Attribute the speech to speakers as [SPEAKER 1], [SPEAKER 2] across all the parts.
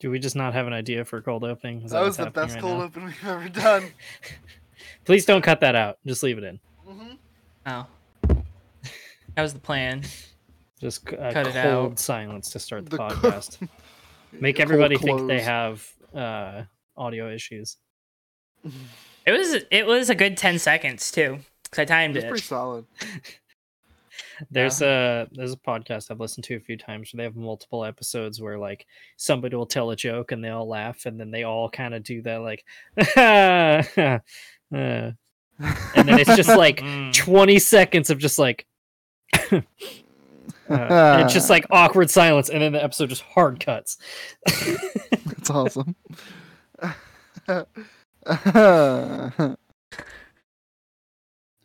[SPEAKER 1] Do we just not have an idea for a cold opening? Is
[SPEAKER 2] That
[SPEAKER 1] what's
[SPEAKER 2] was the
[SPEAKER 1] happening
[SPEAKER 2] best
[SPEAKER 1] right
[SPEAKER 2] cold
[SPEAKER 1] now?
[SPEAKER 2] open we've ever done.
[SPEAKER 1] Please don't cut that out. Just leave it in.
[SPEAKER 2] hmm
[SPEAKER 3] Oh. That was the plan.
[SPEAKER 1] Just c- a
[SPEAKER 3] Cut it
[SPEAKER 1] cold
[SPEAKER 3] out.
[SPEAKER 1] silence to start the,
[SPEAKER 2] The co-
[SPEAKER 1] podcast. Make
[SPEAKER 2] Cold
[SPEAKER 1] everybody think they
[SPEAKER 2] close.
[SPEAKER 1] have uh, audio issues.
[SPEAKER 3] It was it was a good ten seconds too, because I timed
[SPEAKER 2] It's
[SPEAKER 3] it.
[SPEAKER 2] pretty solid.
[SPEAKER 1] There's a there's a podcast I've listened to a few times where they have multiple episodes where like somebody will tell a joke and they all laugh and then they all kind of do that like uh, and then it's just like
[SPEAKER 3] Mm.
[SPEAKER 2] Mm-hmm.
[SPEAKER 1] 20 seconds of just like uh, it's just like awkward silence and then the episode just hard cuts
[SPEAKER 2] That's awesome. That's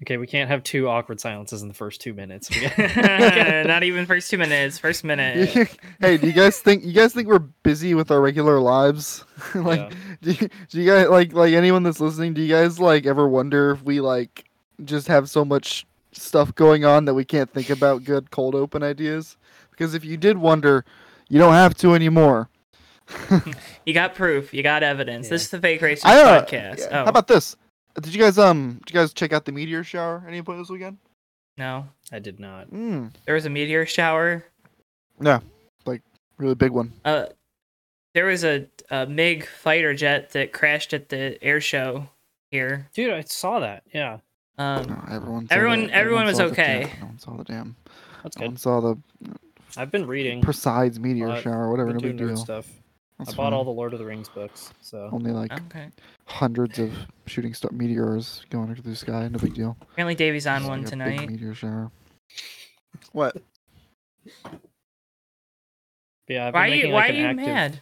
[SPEAKER 1] okay we can't have two awkward silences in the first two minutes We-
[SPEAKER 3] Not even first two minutes. First minute.
[SPEAKER 2] hey, do you guys think you guys think we're busy with our regular lives? like,
[SPEAKER 1] Yeah.
[SPEAKER 2] do, you, do you guys like like anyone that's listening? Do you guys like ever wonder if we like just have so much stuff going on that we can't think about good cold open ideas? Because if you did wonder, you don't have to anymore.
[SPEAKER 3] You got proof. You got evidence. This
[SPEAKER 1] Yeah.
[SPEAKER 3] is the Fake Racers
[SPEAKER 2] I, uh,
[SPEAKER 3] podcast.
[SPEAKER 2] yeah,
[SPEAKER 3] Oh
[SPEAKER 2] How about this? Did you guys um did you guys check out the meteor shower at any point this weekend?
[SPEAKER 3] no,
[SPEAKER 1] i did not
[SPEAKER 2] Mm,
[SPEAKER 3] there was a meteor shower.
[SPEAKER 2] really big one.
[SPEAKER 3] Uh, there was a, a MiG fighter jet that crashed at the air show here.
[SPEAKER 1] dude i saw that yeah
[SPEAKER 3] Um,
[SPEAKER 2] No, Oh, everyone. saw
[SPEAKER 3] everyone-
[SPEAKER 2] the-
[SPEAKER 3] everyone was
[SPEAKER 2] saw the damn-
[SPEAKER 3] okay.
[SPEAKER 2] no one saw the damn.
[SPEAKER 1] that's
[SPEAKER 2] No
[SPEAKER 1] good
[SPEAKER 2] one saw the
[SPEAKER 1] i've been reading
[SPEAKER 2] Persides meteor
[SPEAKER 1] Uh,
[SPEAKER 2] shower. Whatever,
[SPEAKER 1] been
[SPEAKER 2] no big
[SPEAKER 1] doing nerd
[SPEAKER 2] Oh. deal.
[SPEAKER 1] stuff
[SPEAKER 2] That's
[SPEAKER 1] i bought all
[SPEAKER 2] fine. Oh.
[SPEAKER 1] the lord of the rings books so
[SPEAKER 2] only like
[SPEAKER 3] okay.
[SPEAKER 2] hundreds of shooting star meteors going into the sky. No big deal.
[SPEAKER 3] Apparently, Davey's on
[SPEAKER 2] Just
[SPEAKER 3] one
[SPEAKER 2] like a big
[SPEAKER 3] tonight.
[SPEAKER 2] Meteor shower. What?
[SPEAKER 1] but yeah I've been
[SPEAKER 3] Why are you
[SPEAKER 1] making,
[SPEAKER 3] Why
[SPEAKER 1] like,
[SPEAKER 3] are
[SPEAKER 1] an
[SPEAKER 3] you
[SPEAKER 1] active-
[SPEAKER 3] mad?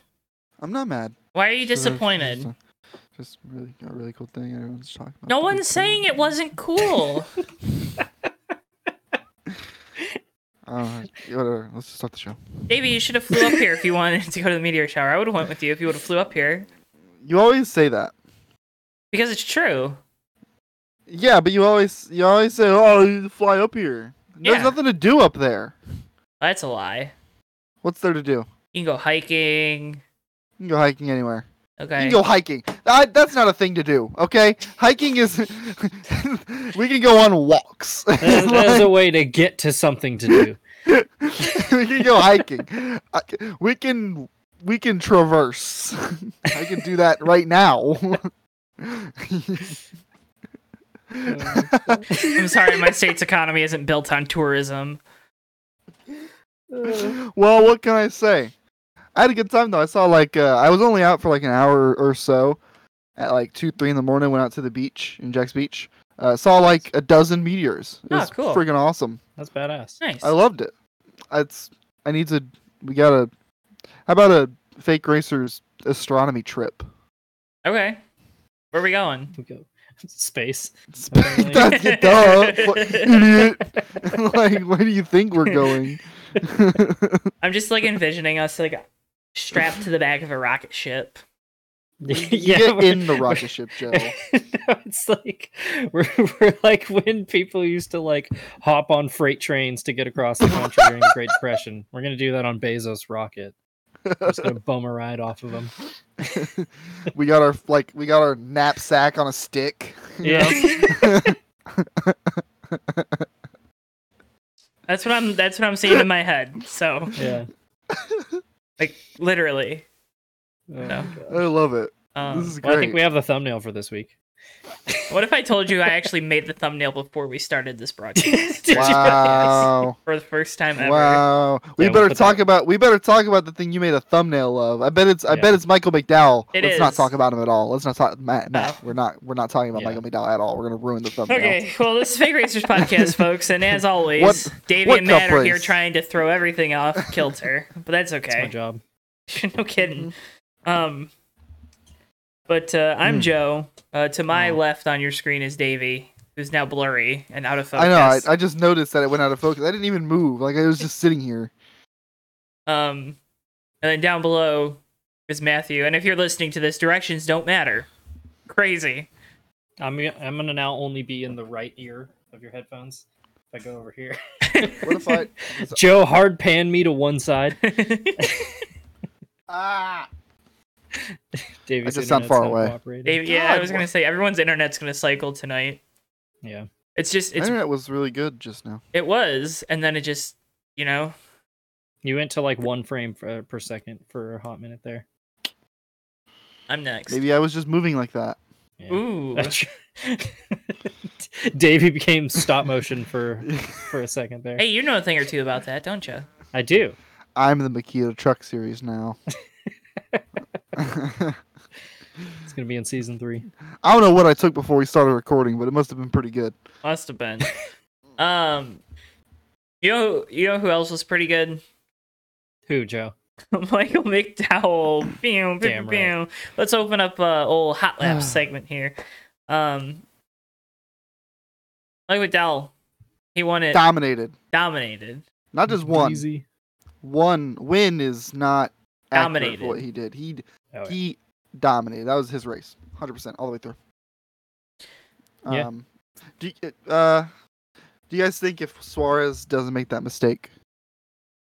[SPEAKER 2] I'm not mad.
[SPEAKER 3] Why are you
[SPEAKER 2] Just a-
[SPEAKER 3] disappointed?
[SPEAKER 2] Just, a- just really a really cool thing everyone's talking about.
[SPEAKER 3] No
[SPEAKER 2] the
[SPEAKER 3] one's
[SPEAKER 2] weekend.
[SPEAKER 3] saying it wasn't cool.
[SPEAKER 2] Alright, whatever. Let's just start the show.
[SPEAKER 3] Davey, you should have flew up here if you wanted to go to the meteor shower. I would have went with you if you would have flew up here
[SPEAKER 2] You always say that.
[SPEAKER 3] because it's true.
[SPEAKER 2] Yeah, but you always you always say, "Oh, you fly up here." There's
[SPEAKER 3] Yeah.
[SPEAKER 2] nothing to do up there.
[SPEAKER 3] That's a lie.
[SPEAKER 2] What's there to do?
[SPEAKER 3] You can go hiking.
[SPEAKER 2] You can go hiking anywhere.
[SPEAKER 3] Okay.
[SPEAKER 2] You can go hiking. That, that's not a thing to do. Okay, hiking is. we can go on walks.
[SPEAKER 1] There's, there's
[SPEAKER 2] Like,
[SPEAKER 1] a way to get to something to do.
[SPEAKER 2] we can go hiking. I c- we can we can traverse. I can do that right now.
[SPEAKER 3] I'm sorry, my state's economy isn't built on tourism.
[SPEAKER 2] well, what can I say? I had a good time though. I saw like uh, I was only out for like an hour or so. At like two, three in the morning, went out to the beach in Jack's Beach. Uh, saw like a dozen meteors. It
[SPEAKER 3] Oh,
[SPEAKER 2] was
[SPEAKER 3] cool.
[SPEAKER 2] freaking awesome.
[SPEAKER 1] That's badass.
[SPEAKER 3] Nice.
[SPEAKER 2] I loved it. It's I need to. We gotta. How about a fake racers astronomy trip?
[SPEAKER 3] okay. Where are we going?
[SPEAKER 1] We go space.
[SPEAKER 2] Spain- That's it, duh, what- idiot. like, where do you think we're going?
[SPEAKER 3] I'm just like envisioning us like strapped to the back of a rocket ship.
[SPEAKER 1] yeah,
[SPEAKER 2] Get
[SPEAKER 1] we're-
[SPEAKER 2] in the rocket ship, Joe.
[SPEAKER 1] No, it's like we're, we're like when people used to like hop on freight trains to get across the country during the Great Depression. We're gonna do that on Bezos rocket. We're just gonna bum a ride off of them.
[SPEAKER 2] we got our like we got our knapsack on a stick. you
[SPEAKER 1] Yeah.
[SPEAKER 2] know?
[SPEAKER 3] That's what I'm that's what I'm seeing in my head. So
[SPEAKER 1] Yeah.
[SPEAKER 3] like literally.
[SPEAKER 1] Oh,
[SPEAKER 3] No.
[SPEAKER 1] God.
[SPEAKER 2] I love it.
[SPEAKER 3] Um,
[SPEAKER 2] this is
[SPEAKER 1] Uh, Well, I
[SPEAKER 2] great.
[SPEAKER 1] think we have the thumbnail for this week.
[SPEAKER 3] what if I told you I actually made the thumbnail before we started this broadcast
[SPEAKER 1] Did you-
[SPEAKER 2] wow.
[SPEAKER 3] for the first time ever?
[SPEAKER 2] Wow. We
[SPEAKER 1] Yeah, we'll
[SPEAKER 2] better
[SPEAKER 1] put
[SPEAKER 2] talk
[SPEAKER 1] that-
[SPEAKER 2] about we better talk about the thing you made a thumbnail of. I bet it's I
[SPEAKER 1] Yeah.
[SPEAKER 2] bet it's Michael McDowell.
[SPEAKER 3] It
[SPEAKER 2] Let's not
[SPEAKER 3] is.
[SPEAKER 2] talk about him at all. Let's not talk Matt, Matt.
[SPEAKER 3] Oh.
[SPEAKER 2] We're not we're not talking about
[SPEAKER 1] Yeah.
[SPEAKER 2] Michael McDowell at all. We're gonna ruin the thumbnail.
[SPEAKER 3] Okay, well, this is Fake Racers podcast, folks, and as always,
[SPEAKER 2] What-
[SPEAKER 3] Davey
[SPEAKER 2] what
[SPEAKER 3] and Matt
[SPEAKER 2] cup
[SPEAKER 3] are here
[SPEAKER 2] race?
[SPEAKER 3] trying to throw everything off kilter, but that's
[SPEAKER 1] That's my
[SPEAKER 3] okay.
[SPEAKER 1] job.
[SPEAKER 3] no kidding. Um, but uh,
[SPEAKER 2] Hmm.
[SPEAKER 3] I'm Joe. Uh, to my left on your screen is Davey, who's now blurry and out of focus.
[SPEAKER 2] I know. I, I just noticed that it went out of focus. I didn't even move. Like I was just sitting here.
[SPEAKER 3] Um, and then down below is Matthew. And if you're listening to this, directions don't matter. Crazy.
[SPEAKER 1] I'm gonna- I'm gonna now only be in the right ear of your headphones. If I go over here,
[SPEAKER 2] What if I?
[SPEAKER 1] Joe hard pan me to one side.
[SPEAKER 2] ah.
[SPEAKER 1] David's
[SPEAKER 2] just sound
[SPEAKER 1] internet's
[SPEAKER 2] far
[SPEAKER 1] not
[SPEAKER 2] away.
[SPEAKER 1] cooperating.
[SPEAKER 3] Dave, yeah, I
[SPEAKER 2] God,
[SPEAKER 3] was gonna
[SPEAKER 2] what-
[SPEAKER 3] say everyone's internet's gonna cycle tonight.
[SPEAKER 1] Yeah.
[SPEAKER 3] It's just it's
[SPEAKER 2] Internet was really good just now.
[SPEAKER 3] it was, and then it just you know
[SPEAKER 1] You went to like one frame per, per second for a hot minute there.
[SPEAKER 3] I'm next.
[SPEAKER 2] Maybe I was just moving like that.
[SPEAKER 1] Yeah.
[SPEAKER 3] Ooh,
[SPEAKER 1] Davey became stop motion for for a second there.
[SPEAKER 3] hey, you know a thing or two about that, don't you?
[SPEAKER 1] I do.
[SPEAKER 2] I'm the Makita Truck Series now. I
[SPEAKER 1] It's gonna be in season three.
[SPEAKER 2] don't know what I took before we started recording, but it must have been pretty good.
[SPEAKER 3] Must have been. um, you know you know who else was pretty good?
[SPEAKER 1] Who, Joe?
[SPEAKER 3] Michael McDowell. Pew,
[SPEAKER 1] Damn
[SPEAKER 3] pew, pew,
[SPEAKER 1] right.
[SPEAKER 3] pew. Let's open up uh, old hot lap segment here. Um, Michael McDowell, he won it,
[SPEAKER 2] Dominated.
[SPEAKER 3] dominated.
[SPEAKER 2] Not just one.
[SPEAKER 1] Easy.
[SPEAKER 2] One win is not accurate for
[SPEAKER 3] Dominated.
[SPEAKER 2] what he did. He
[SPEAKER 1] Oh, yeah.
[SPEAKER 2] he dominated. That was his race, hundred percent, all the way through.
[SPEAKER 1] Yeah.
[SPEAKER 2] Um, do you, uh, do you guys think if Suarez doesn't make that mistake,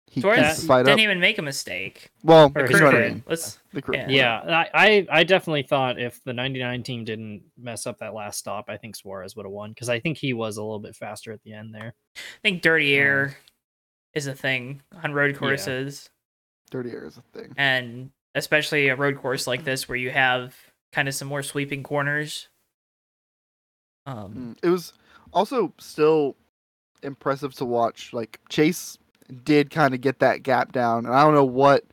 [SPEAKER 2] he keeps
[SPEAKER 3] Suarez
[SPEAKER 2] the fight
[SPEAKER 3] didn't
[SPEAKER 2] up?
[SPEAKER 3] even make a mistake.
[SPEAKER 2] Well,
[SPEAKER 1] Or
[SPEAKER 2] you
[SPEAKER 1] his
[SPEAKER 2] know what I
[SPEAKER 1] crew.
[SPEAKER 2] mean.
[SPEAKER 3] Let's.
[SPEAKER 2] The crew.
[SPEAKER 3] Yeah.
[SPEAKER 1] Yeah, I, I I definitely thought if the 99 team didn't mess up that last stop, I think Suarez would have won because I think he was a little bit faster at the end there.
[SPEAKER 3] I think dirty air is a thing on road courses.
[SPEAKER 2] dirty air is a thing.
[SPEAKER 3] and especially a road course like this where you have kind of some more sweeping corners. Um,
[SPEAKER 2] Mm. It was also still impressive to watch. Like Chase did kind of get that gap down, and I don't know what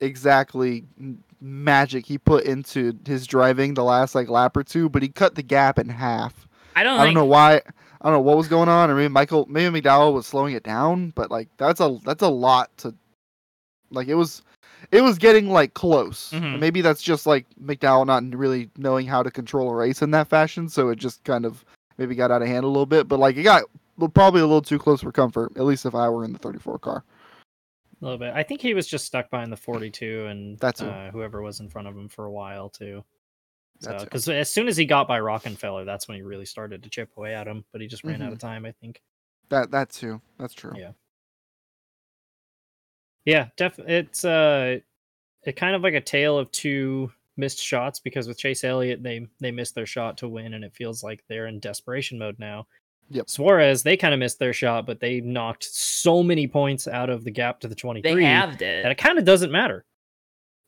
[SPEAKER 2] exactly m- magic he put into his driving the last like lap or two, but he cut the gap in half.
[SPEAKER 3] I don't,
[SPEAKER 2] I don't
[SPEAKER 3] think,
[SPEAKER 2] know why. I don't know what was going on. I mean, Michael, maybe McDowell was slowing it down, but like that's a that's a lot to. Like it was, it was getting like close. And
[SPEAKER 3] Mhm.
[SPEAKER 2] Maybe that's just like McDowell not really knowing how to control a race in that fashion, so it just kind of maybe got out of hand a little bit. But like it got well, probably a little too close for comfort. At least if I were in the 34 car,
[SPEAKER 1] A little bit. I think he was just stuck behind the 42 and
[SPEAKER 2] That's who.
[SPEAKER 1] uh, whoever was in front of him for a while too.
[SPEAKER 2] That's who.
[SPEAKER 1] Because as soon as he got by Rockenfeller, that's when he really started to chip away at him. But he just
[SPEAKER 2] Mm-hmm.
[SPEAKER 1] ran out of time, I think.
[SPEAKER 2] that that too. That's true.
[SPEAKER 1] Yeah. Yeah, def- it's uh, it kind of like a tale of two missed shots because with Chase Elliott, they they missed their shot to win, and it feels like they're in desperation mode now.
[SPEAKER 2] Yep.
[SPEAKER 1] Suarez, they kind of missed their shot, but they knocked so many points out of the gap to the
[SPEAKER 3] they
[SPEAKER 1] twenty-three
[SPEAKER 3] halved
[SPEAKER 1] that it
[SPEAKER 3] it.
[SPEAKER 1] kind of doesn't matter.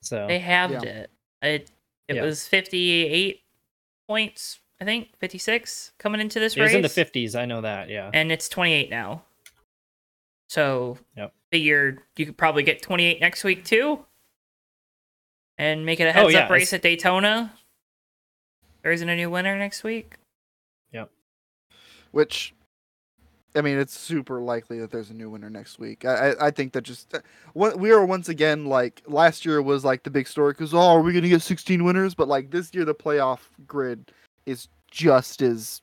[SPEAKER 1] So
[SPEAKER 3] They halved it. It it
[SPEAKER 1] Yeah.
[SPEAKER 3] was fifty eight points, I think fifty six coming into this
[SPEAKER 1] it
[SPEAKER 3] race,
[SPEAKER 1] was in the fifties. I know that. Yeah.
[SPEAKER 3] and it's twenty eight now. So
[SPEAKER 1] Yep.
[SPEAKER 3] figure you could probably get twenty eight next week too, and make it a heads
[SPEAKER 1] Oh, yeah,
[SPEAKER 3] up race
[SPEAKER 1] it's-
[SPEAKER 3] at Daytona. There isn't a new winner next week.
[SPEAKER 2] Which, I mean, it's super likely that there's a new winner next week. I I, I think that just uh, what we are once again like last year was like the big story because oh, are we gonna get 16 winners? But like this year, the playoff grid is just as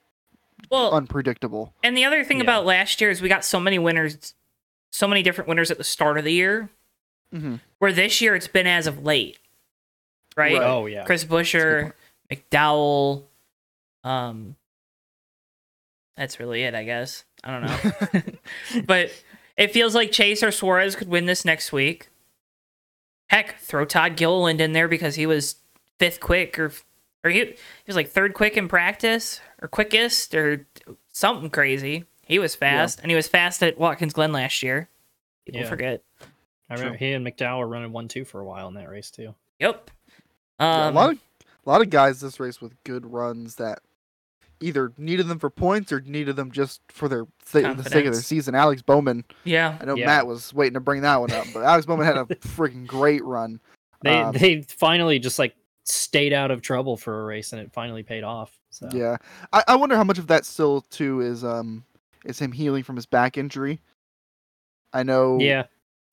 [SPEAKER 3] Well,
[SPEAKER 2] unpredictable.
[SPEAKER 3] And the other thing
[SPEAKER 1] Yeah.
[SPEAKER 3] about last year is we got so many winners, so many different winners at the start of the year.
[SPEAKER 2] Mhm.
[SPEAKER 3] Where this year it's been as of late, right?
[SPEAKER 2] Right.
[SPEAKER 1] Oh yeah.
[SPEAKER 3] Chris
[SPEAKER 2] That's
[SPEAKER 3] Busher, McDowell. Um, that's really it, I guess. I don't know, but it feels like Chase or Suarez could win this next week. Heck, throw Todd Gilliland in there because he was fifth quick or or he, he was like third quick in practice or quickest or something crazy. He was fast, and he was fast at Watkins Glen last year. People
[SPEAKER 1] Yeah.
[SPEAKER 3] forget.
[SPEAKER 1] I remember he and McDowell were running one two for a while in that race too.
[SPEAKER 3] Yep.
[SPEAKER 2] Yeah,
[SPEAKER 3] Um,
[SPEAKER 2] a lot of a lot of guys this race with good runs that either needed them for points or needed them just for their sake, the sake of their
[SPEAKER 3] Confidence.
[SPEAKER 2] season. Alex Bowman,
[SPEAKER 3] yeah.
[SPEAKER 2] I know
[SPEAKER 1] Yeah.
[SPEAKER 2] Matt was waiting to bring that one up, but Alex Bowman had a freaking great run.
[SPEAKER 1] They
[SPEAKER 2] Um,
[SPEAKER 1] they finally just like stayed out of trouble for a race and it finally paid off. So
[SPEAKER 2] Yeah, I, I wonder how much of that still too is um is him healing from his back injury. I know.
[SPEAKER 1] yeah.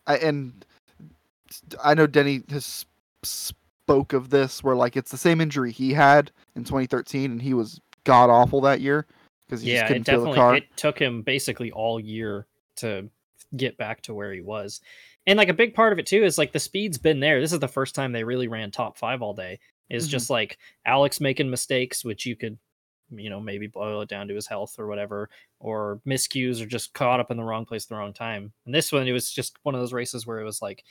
[SPEAKER 2] I, and I know Denny has sp- spoke of this where like it's the same injury he had in 2013, and he was god awful that year because he just
[SPEAKER 1] yeah,
[SPEAKER 2] couldn't
[SPEAKER 1] it
[SPEAKER 2] feel the
[SPEAKER 1] definitely
[SPEAKER 2] car.
[SPEAKER 1] it took him basically all year to get back to where he was. And like a big part of it too is like the speed's been there. This is the first time they really ran top five all day. Is
[SPEAKER 2] Mhm.
[SPEAKER 1] just like Alex making mistakes, which you could, you know, maybe boil it down to his health or whatever, or miscues or just caught up in the wrong place at the wrong time. And this one, it was just one of those races where it was like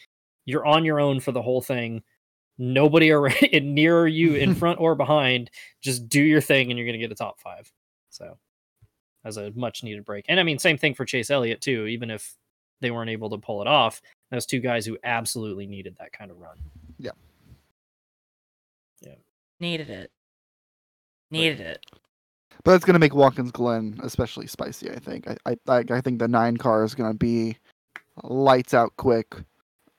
[SPEAKER 1] you're on your own for the whole thing. nobody around near you in front or behind just do your thing and you're going to get a top five so as a much needed break and i mean same thing for chase elliott too even if they weren't able to pull it off those two guys who absolutely needed that kind of run
[SPEAKER 3] Needed it. Needed it.
[SPEAKER 2] But that's gonna make Watkins Glen especially spicy. I think. I I I, I think the nine car is gonna be lights out quick,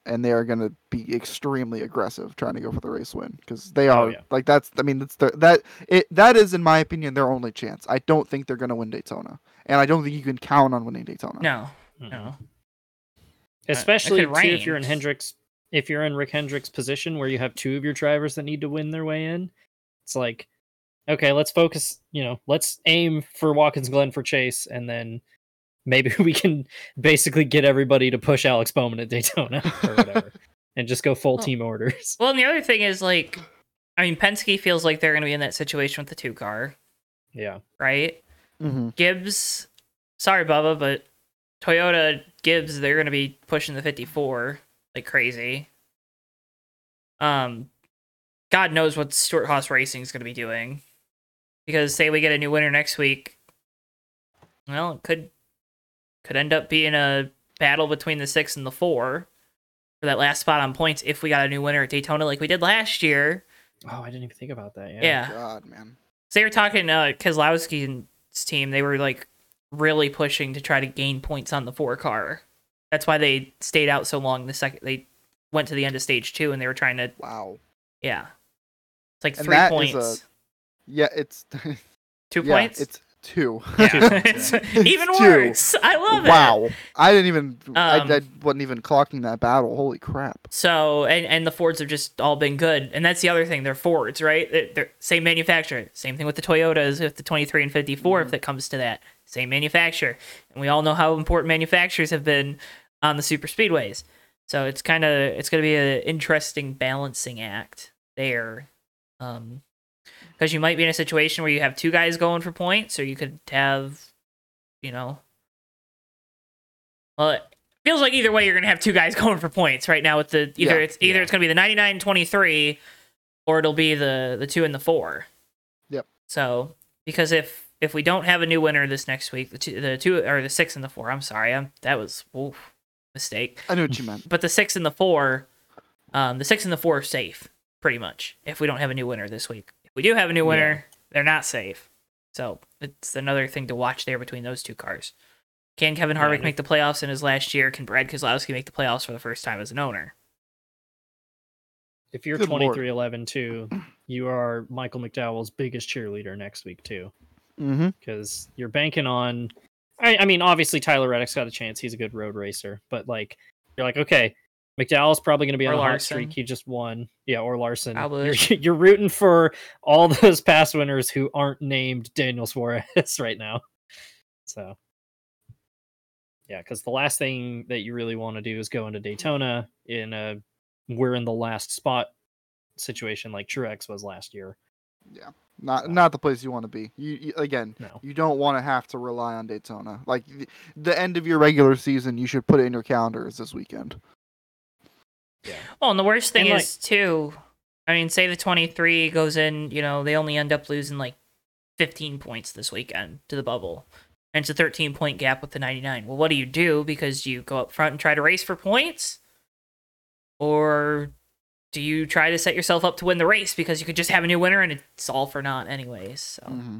[SPEAKER 2] and they are gonna be extremely aggressive trying to go for the race win because they
[SPEAKER 1] Oh,
[SPEAKER 2] are
[SPEAKER 1] yeah.
[SPEAKER 2] like that's. I mean that's their that it that is in my opinion their only chance. I don't think they're gonna win Daytona, and I don't think you can count on winning Daytona.
[SPEAKER 3] No,
[SPEAKER 1] Mhm.
[SPEAKER 3] no.
[SPEAKER 1] especially
[SPEAKER 3] it
[SPEAKER 1] too,
[SPEAKER 3] could
[SPEAKER 1] if you're in
[SPEAKER 3] rain.
[SPEAKER 1] Hendricks, if you're in Rick Hendricks' position where you have two of your drivers that need to win their way in, it's like, okay, let's focus. You know, let's aim for Watkins Glen for Chase, and then maybe we can basically get everybody to push Alex Bowman at Daytona or whatever, and just go full
[SPEAKER 3] Well-
[SPEAKER 1] team orders.
[SPEAKER 3] Well, and the other thing is like, I mean, Penske feels like they're going to be in that situation with the two car,
[SPEAKER 1] Yeah,
[SPEAKER 3] right?
[SPEAKER 2] hmm
[SPEAKER 3] Gibbs, sorry, Bubba, but Toyota Gibbs, they're going to be pushing the 54 like crazy. Um, God knows what Stuart Haas Racing is going to be doing, because say we get a new winner next week, well, it could could end up being a battle between the six and the four for that last spot on points if we got a new winner at Daytona like we did last year.
[SPEAKER 1] Oh, I didn't even think about that. Yeah.
[SPEAKER 3] yeah.
[SPEAKER 2] God, man.
[SPEAKER 3] So they were talking uh Keselowski's team, they were like really pushing to try to gain points on the four car. That's why they stayed out so long the second they went to the end of stage two and they were trying to
[SPEAKER 2] Wow.
[SPEAKER 3] yeah. It's like
[SPEAKER 2] And
[SPEAKER 3] three
[SPEAKER 2] that is
[SPEAKER 3] points.
[SPEAKER 2] a- Yeah, it's
[SPEAKER 3] two
[SPEAKER 2] yeah,
[SPEAKER 3] points?
[SPEAKER 2] It's two.
[SPEAKER 3] yeah.
[SPEAKER 1] It's-
[SPEAKER 3] It's
[SPEAKER 2] it's
[SPEAKER 3] even
[SPEAKER 2] two.
[SPEAKER 3] worse. I love it.
[SPEAKER 2] wow. I didn't even. I,
[SPEAKER 3] Um,
[SPEAKER 2] I wasn't even clocking that battle. Holy crap.
[SPEAKER 3] So and and the Fords have just all been good, and that's the other thing. They're Fords, right? They're, they're same manufacturer. Same thing with the Toyotas, with the 23 and 54, if that comes to that. Same manufacturer, and we all know how important manufacturers have been on the super speedways. So it's kind of it's going to be an interesting balancing act there, um, because you might be in a situation where you have two guys going for points, or you could have, you know, well, it feels like either way you're going to have two guys going for points right now with the either
[SPEAKER 2] Yeah,
[SPEAKER 3] it's either
[SPEAKER 1] yeah.
[SPEAKER 3] it's going to be the 99 23 or it'll be the the 2 and the 4.
[SPEAKER 2] Yep.
[SPEAKER 3] So, because if if we don't have a new winner this next week, the two, the two or the 6 and the 4, I'm sorry. I'm, that was oof, mistake.
[SPEAKER 2] I knew what you meant.
[SPEAKER 3] But the 6 and the 4 um the 6 and the 4 are safe pretty much if we don't have a new winner this week. If we do have a new winner, they're not safe. So, it's another thing to watch there between those two cars. Can Kevin
[SPEAKER 1] Yeah,
[SPEAKER 3] Harvick
[SPEAKER 1] they-
[SPEAKER 3] make the playoffs in his last year? Can Brad Keselowski make the playoffs for the first time as an owner?
[SPEAKER 1] If you're
[SPEAKER 2] Good lord.
[SPEAKER 1] 2311 too, you are Michael McDowell's biggest cheerleader next week too.
[SPEAKER 2] Mm-hmm.
[SPEAKER 1] because you're banking on. I, I mean, obviously Tyler Reddick's got a chance. He's a good road racer, but like you're like, okay, McDowell's probably going to be
[SPEAKER 3] Or
[SPEAKER 1] on a hot
[SPEAKER 3] Larson.
[SPEAKER 1] streak. He just won, yeah, or Larson.
[SPEAKER 3] Probably.
[SPEAKER 1] You're, you're rooting for all those past winners who aren't named Daniel Suarez right now. So, yeah, because the last thing that you really want to do is go into Daytona in a we're in the last spot situation like Truex was last year.
[SPEAKER 2] Not not the place you want to be. You, you again,
[SPEAKER 1] No.
[SPEAKER 2] you don't want to have to rely on Daytona. Like the, the end of your regular season, you should put it in your calendar is this weekend.
[SPEAKER 3] Well, and the worst thing
[SPEAKER 1] And,
[SPEAKER 3] is too. I mean, say the twenty three goes in, you know, they only end up losing like fifteen points this weekend to the bubble, and it's a thirteen point gap with the ninety nine. Well, what do you do? Because do you go up front and try to race for points, or do you try to set yourself up to win the race because you could just have a new winner and it's all for naught anyways? So
[SPEAKER 2] Mm-hmm.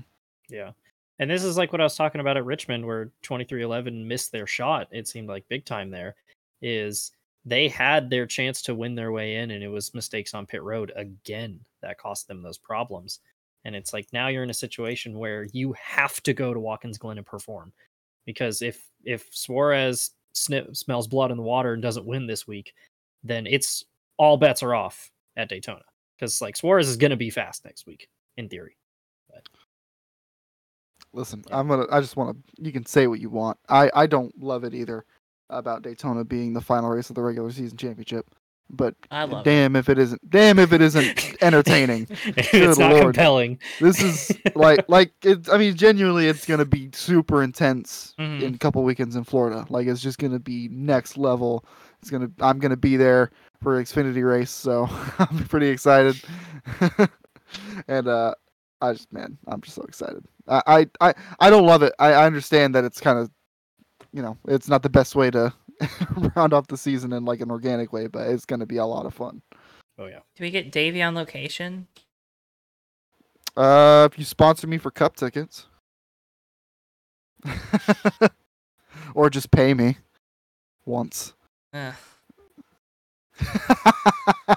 [SPEAKER 1] Yeah. And this is like what I was talking about at Richmond where 2311 missed their shot. It seemed like big time there is they had their chance to win their way in and it was mistakes on pit road again that cost them those problems. And it's like now you're in a situation where you have to go to Watkins Glen and perform because if if Suarez snip, smells blood in the water and doesn't win this week, then it's all bets are off at Daytona because like Suarez is going to be fast next week in theory.
[SPEAKER 2] Listen,
[SPEAKER 1] Yeah.
[SPEAKER 2] I'm gonna. I just want to. You can say what you want. I I don't love it either about Daytona being the final race of the regular season championship. But
[SPEAKER 3] I love it.
[SPEAKER 2] damn if it isn't. Damn if it isn't entertaining. Good
[SPEAKER 1] it's not
[SPEAKER 2] lord.
[SPEAKER 1] compelling.
[SPEAKER 2] this is like like it, I mean genuinely it's gonna be super intense
[SPEAKER 3] Mhm.
[SPEAKER 2] in a couple weekends in Florida. Like it's just gonna be next level. It's gonna I'm gonna be there for Xfinity race, so I'm pretty excited. and uh, I just man, I'm just so excited. I I I, I don't love it. I, I understand that it's kind of, you know, it's not the best way to round off the season in like an organic way, but it's going to be a lot of fun.
[SPEAKER 1] Oh yeah.
[SPEAKER 3] Do we get Davey on location?
[SPEAKER 2] Uh, if you sponsor me for cup tickets, or just pay me once.
[SPEAKER 3] Ugh.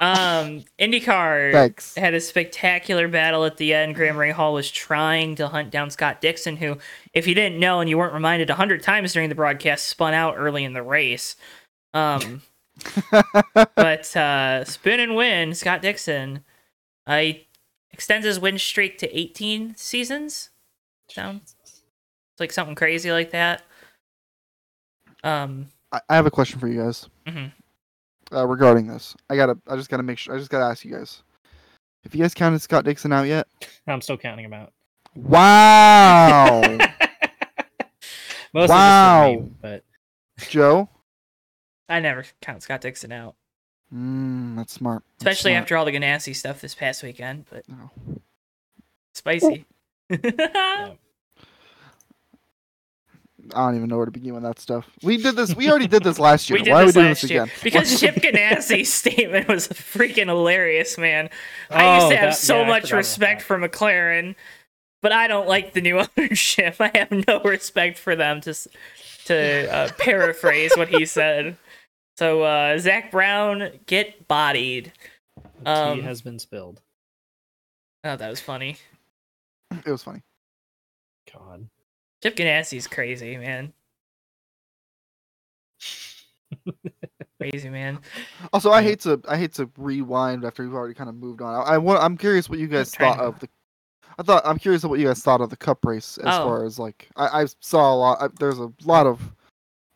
[SPEAKER 3] um, IndyCar
[SPEAKER 2] Thanks.
[SPEAKER 3] had a spectacular battle at the end. Graham Ray Hall was trying to hunt down Scott Dixon, who, if you didn't know and you weren't reminded a hundred times during the broadcast, spun out early in the race. Um, but uh, spin and win, Scott Dixon. Uh, he extends his win streak to 18 seasons. Sound it's like something crazy like that. Um,
[SPEAKER 2] I, I have a question for you guys
[SPEAKER 3] mhm.
[SPEAKER 2] uh, regarding this. I gotta, I just gotta make sure. I just gotta ask you guys. If you guys counted Scott Dixon out yet?
[SPEAKER 1] I'm still counting him out.
[SPEAKER 2] Wow,
[SPEAKER 1] Mostly
[SPEAKER 2] Oh. Wow.
[SPEAKER 1] Just for meme, but
[SPEAKER 2] Joe.
[SPEAKER 3] I never count Scott Dixon out.
[SPEAKER 2] Mm, that's smart. That's
[SPEAKER 3] Especially
[SPEAKER 2] smart.
[SPEAKER 3] after all the Ganassi stuff this past weekend, but
[SPEAKER 2] No.
[SPEAKER 3] spicy.
[SPEAKER 2] I don't even know where to begin with that stuff. We did this. We already did this last year.
[SPEAKER 3] we did
[SPEAKER 2] Why are we
[SPEAKER 3] this
[SPEAKER 2] doing
[SPEAKER 3] last
[SPEAKER 2] this
[SPEAKER 3] year
[SPEAKER 2] again?
[SPEAKER 3] because Chip Ganassi's statement was freaking hilarious, man. I used
[SPEAKER 1] Oh,
[SPEAKER 3] to have
[SPEAKER 1] that-
[SPEAKER 3] so
[SPEAKER 1] yeah, I forgot
[SPEAKER 3] much
[SPEAKER 1] about
[SPEAKER 3] respect
[SPEAKER 1] that.
[SPEAKER 3] for McLaren, but I don't like the new ownership. I have no respect for them. To s- to uh, paraphrase what he said. So uh, Zach Brown get bodied.
[SPEAKER 1] the
[SPEAKER 3] Um,
[SPEAKER 1] tea has been spilled.
[SPEAKER 3] Oh, that was funny.
[SPEAKER 2] It was funny.
[SPEAKER 1] God.
[SPEAKER 3] Chip Ganassi's crazy, man. crazy man.
[SPEAKER 2] Also, I
[SPEAKER 1] Yeah.
[SPEAKER 2] hate to I hate to rewind after we've already kind of moved on. I, I want. I'm curious what you guys
[SPEAKER 3] trying
[SPEAKER 2] thought
[SPEAKER 3] to-
[SPEAKER 2] of the. I thought I'm curious of what you guys thought of the cup race as
[SPEAKER 3] Oh.
[SPEAKER 2] far as like I, I saw a lot. I, there's a lot of